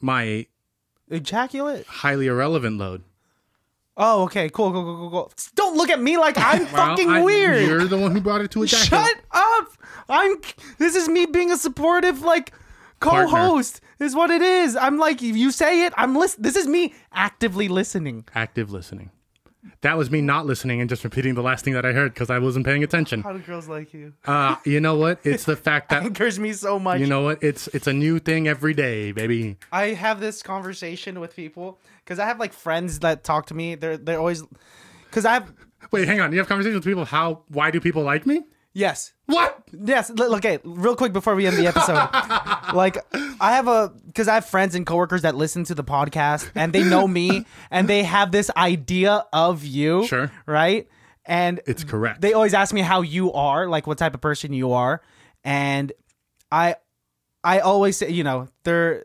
[SPEAKER 1] my
[SPEAKER 2] Ejaculate?
[SPEAKER 1] highly irrelevant load.
[SPEAKER 2] Oh, okay. Cool, cool, cool, cool, cool. Don't look at me like I'm
[SPEAKER 1] Well,
[SPEAKER 2] fucking
[SPEAKER 1] I-
[SPEAKER 2] weird.
[SPEAKER 1] You're the one who brought it to a jacket.
[SPEAKER 2] Shut up. I'm. This is me being a supportive, like,
[SPEAKER 1] Partner.
[SPEAKER 2] co-host. Is what it is. I'm like, if you say it, I'm listen. This is me actively listening.
[SPEAKER 1] Active listening. That was me not listening and just repeating the last thing that I heard because I wasn't paying attention.
[SPEAKER 2] How do girls like you?
[SPEAKER 1] Uh, you know what? It's the
[SPEAKER 2] (laughs)
[SPEAKER 1] fact that
[SPEAKER 2] Anchors me so much.
[SPEAKER 1] you know what? It's it's a new thing every day, baby.
[SPEAKER 2] I have this conversation with people because I have like friends that talk to me. They're they're always because I have
[SPEAKER 1] Wait, hang on. You have conversations with people. How? Why do people like me?
[SPEAKER 2] yes
[SPEAKER 1] What?
[SPEAKER 2] yes l- okay real quick before we end
[SPEAKER 1] (laughs)
[SPEAKER 2] the episode like i have a because i have friends and coworkers that listen to the podcast and they
[SPEAKER 1] (laughs)
[SPEAKER 2] know me and they have this idea of you
[SPEAKER 1] Sure.
[SPEAKER 2] right and
[SPEAKER 1] It's correct.
[SPEAKER 2] Mm. they always ask me how you are, like what type of person you are, and I, I always say, you know, there,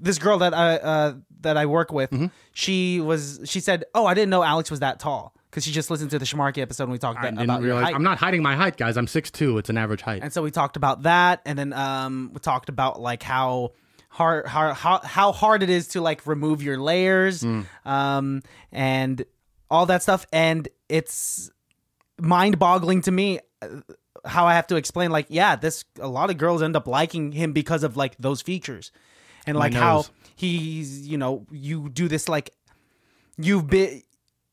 [SPEAKER 2] this girl that I uh, that I work with,
[SPEAKER 1] Mm-hmm.
[SPEAKER 2] she was, she said, oh, I didn't know Alex was that tall because she just listened to the Shamarky episode and we talked
[SPEAKER 1] I
[SPEAKER 2] about
[SPEAKER 1] didn't
[SPEAKER 2] your
[SPEAKER 1] realize.
[SPEAKER 2] height.
[SPEAKER 1] I'm not hiding my height, guys. I'm 6'2". It's an average height.
[SPEAKER 2] and so we talked about that, and then um, we talked about like how. Hard, hard, how, how hard it is to like remove your layers, um, and all that stuff, and it's mind-boggling to me uh, how I have to explain like yeah this a lot of girls end up liking him because of like those features and like how
[SPEAKER 1] nose.
[SPEAKER 2] he's you know you do this like you've been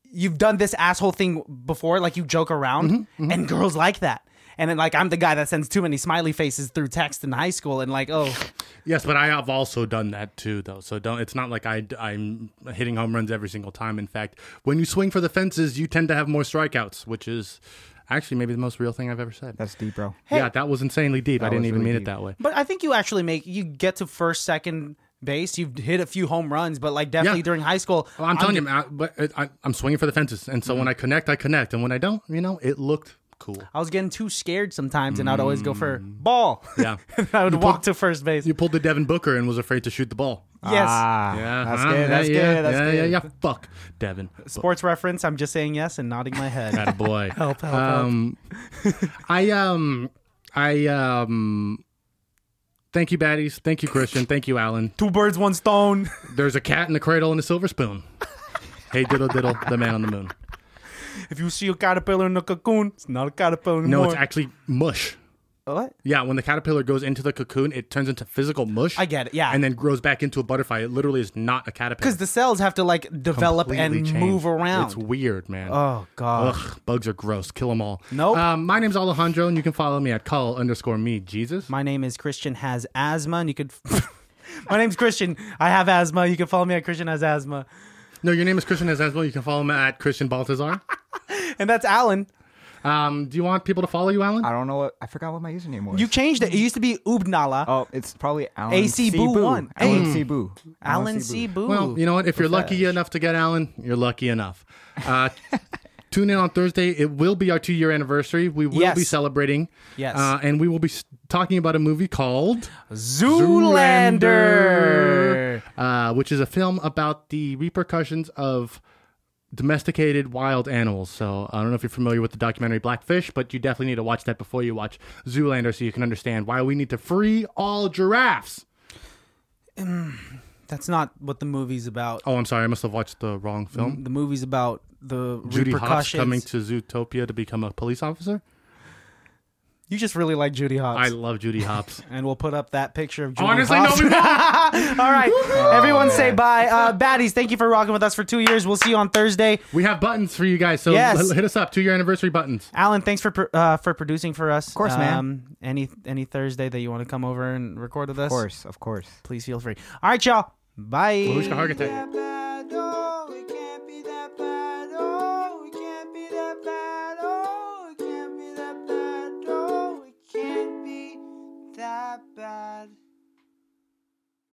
[SPEAKER 2] you've done this asshole thing before like you joke around
[SPEAKER 1] Mm-hmm,
[SPEAKER 2] and girls like that and then like I'm the guy that sends too many smiley faces through text in high school and like oh
[SPEAKER 1] Yes, but I have also done that too, though. So don't. It's not like I, am hitting home runs every single time. In fact, when you swing for the fences, you tend to have more strikeouts, which is actually maybe the most real thing I've ever said.
[SPEAKER 3] That's deep, bro.
[SPEAKER 1] yeah, that was insanely deep. I didn't
[SPEAKER 3] was
[SPEAKER 1] even
[SPEAKER 3] really
[SPEAKER 1] mean it
[SPEAKER 3] deep.
[SPEAKER 1] that way.
[SPEAKER 2] but I think you actually make you get to first second base you've hit a few home runs but like definitely
[SPEAKER 1] Yeah.
[SPEAKER 2] during high school
[SPEAKER 1] Well, I'm telling you, I, but it, I, I'm swinging for the fences, and
[SPEAKER 3] Mm.
[SPEAKER 1] so when I connect, I connect, and when I don't, you know, it looked cool.
[SPEAKER 2] I was getting too scared sometimes, and I'd always go for ball.
[SPEAKER 1] Mm. (laughs)
[SPEAKER 3] (laughs)
[SPEAKER 1] Yeah.
[SPEAKER 2] (laughs) I would walk to first base.
[SPEAKER 1] You pulled the Devin Booker and was afraid to shoot the ball.
[SPEAKER 2] yes.
[SPEAKER 3] Ah, that's
[SPEAKER 1] huh?
[SPEAKER 3] good. That's
[SPEAKER 1] yeah,
[SPEAKER 3] good. That's
[SPEAKER 1] yeah,
[SPEAKER 3] good.
[SPEAKER 1] yeah, yeah. Fuck Devin.
[SPEAKER 2] Sports reference. I'm just saying yes and nodding my head.
[SPEAKER 1] Atta
[SPEAKER 3] (laughs)
[SPEAKER 1] boy.
[SPEAKER 2] help, help,
[SPEAKER 1] um, I um, I um, thank you, baddies. Thank you, Christian. Thank you, Alan.
[SPEAKER 2] (laughs) Two birds, one stone. (laughs)
[SPEAKER 1] There's a cat in a cradle and a silver spoon. Hey, diddle diddle, the man on the moon.
[SPEAKER 2] If you see a caterpillar in a cocoon, it's not a caterpillar
[SPEAKER 1] No,
[SPEAKER 2] anymore.
[SPEAKER 1] it's actually mush.
[SPEAKER 2] what?
[SPEAKER 1] Yeah, when the caterpillar goes into the cocoon, it turns into physical mush.
[SPEAKER 2] I get it, yeah.
[SPEAKER 1] and then grows back into a butterfly. It literally is not a caterpillar.
[SPEAKER 2] Because the cells have to like develop and
[SPEAKER 1] Completely
[SPEAKER 2] move
[SPEAKER 1] changed.
[SPEAKER 2] around.
[SPEAKER 1] It's weird, man.
[SPEAKER 2] oh god.
[SPEAKER 1] Ugh, bugs are gross. Kill them all.
[SPEAKER 2] Nope.
[SPEAKER 1] Um, my name's Alejandro, and you can follow me at call underscore me Jesus.
[SPEAKER 2] My name is Christian has asthma, and you could. (laughs) my name's Christian. I have asthma. You can follow me at Christian has asthma,
[SPEAKER 1] No, your name is Christian as well. You can follow him at Christian
[SPEAKER 2] (laughs)
[SPEAKER 1] Baltazar.
[SPEAKER 2] and that's Alan.
[SPEAKER 1] Um, do you want people to follow you, Alan?
[SPEAKER 3] I don't know what I forgot what my username was.
[SPEAKER 2] You changed it. It used to be Ubnala.
[SPEAKER 3] oh, it's probably Alan
[SPEAKER 2] AC Boo
[SPEAKER 3] Boo.
[SPEAKER 2] one.
[SPEAKER 3] Alan
[SPEAKER 2] Hey.
[SPEAKER 3] C. Boo.
[SPEAKER 2] Alan C. Boo.
[SPEAKER 1] well, you know what? If you're lucky enough to get Alan, you're lucky enough.
[SPEAKER 2] (laughs)
[SPEAKER 1] Uh, tune in on Thursday. It will be our two year anniversary. We will
[SPEAKER 2] Yes.
[SPEAKER 1] be celebrating.
[SPEAKER 2] Yes.
[SPEAKER 1] Uh, and we will be s- talking about a movie called
[SPEAKER 2] Zoolander.
[SPEAKER 1] uh, which is a film about the repercussions of domesticated wild animals. So I don't know if you're familiar with the documentary Blackfish, but you definitely need to watch that before you watch Zoolander so you can understand why we need to free all giraffes.
[SPEAKER 2] That's not what the movie's about.
[SPEAKER 1] Oh, I'm sorry. I must have watched the wrong film.
[SPEAKER 2] The movie's about the
[SPEAKER 1] Judy Hopps
[SPEAKER 2] repercussions.
[SPEAKER 1] coming to Zootopia to become a police officer.
[SPEAKER 2] You just really like Judy Hopps.
[SPEAKER 1] I love Judy Hops.
[SPEAKER 2] and we'll put up that picture of
[SPEAKER 1] (laughs)
[SPEAKER 2] Judy
[SPEAKER 1] Honestly,
[SPEAKER 2] Hopps.
[SPEAKER 1] no, we won't.
[SPEAKER 2] (laughs) All right. Everyone say bye. Uh, baddies, thank you for rocking with us for two years. We'll see you on Thursday.
[SPEAKER 1] (laughs) we have buttons for you guys. So
[SPEAKER 2] Yes.
[SPEAKER 1] l- hit us up. Two year anniversary buttons.
[SPEAKER 2] Alan, thanks for pr- uh, for producing for us. Of
[SPEAKER 3] course, man.
[SPEAKER 2] Any any Thursday that you want to come over and record with us,
[SPEAKER 3] Of course, of course.
[SPEAKER 2] please feel free. All right, y'all. Bye.
[SPEAKER 1] Who's got heart attack?
[SPEAKER 4] Blah,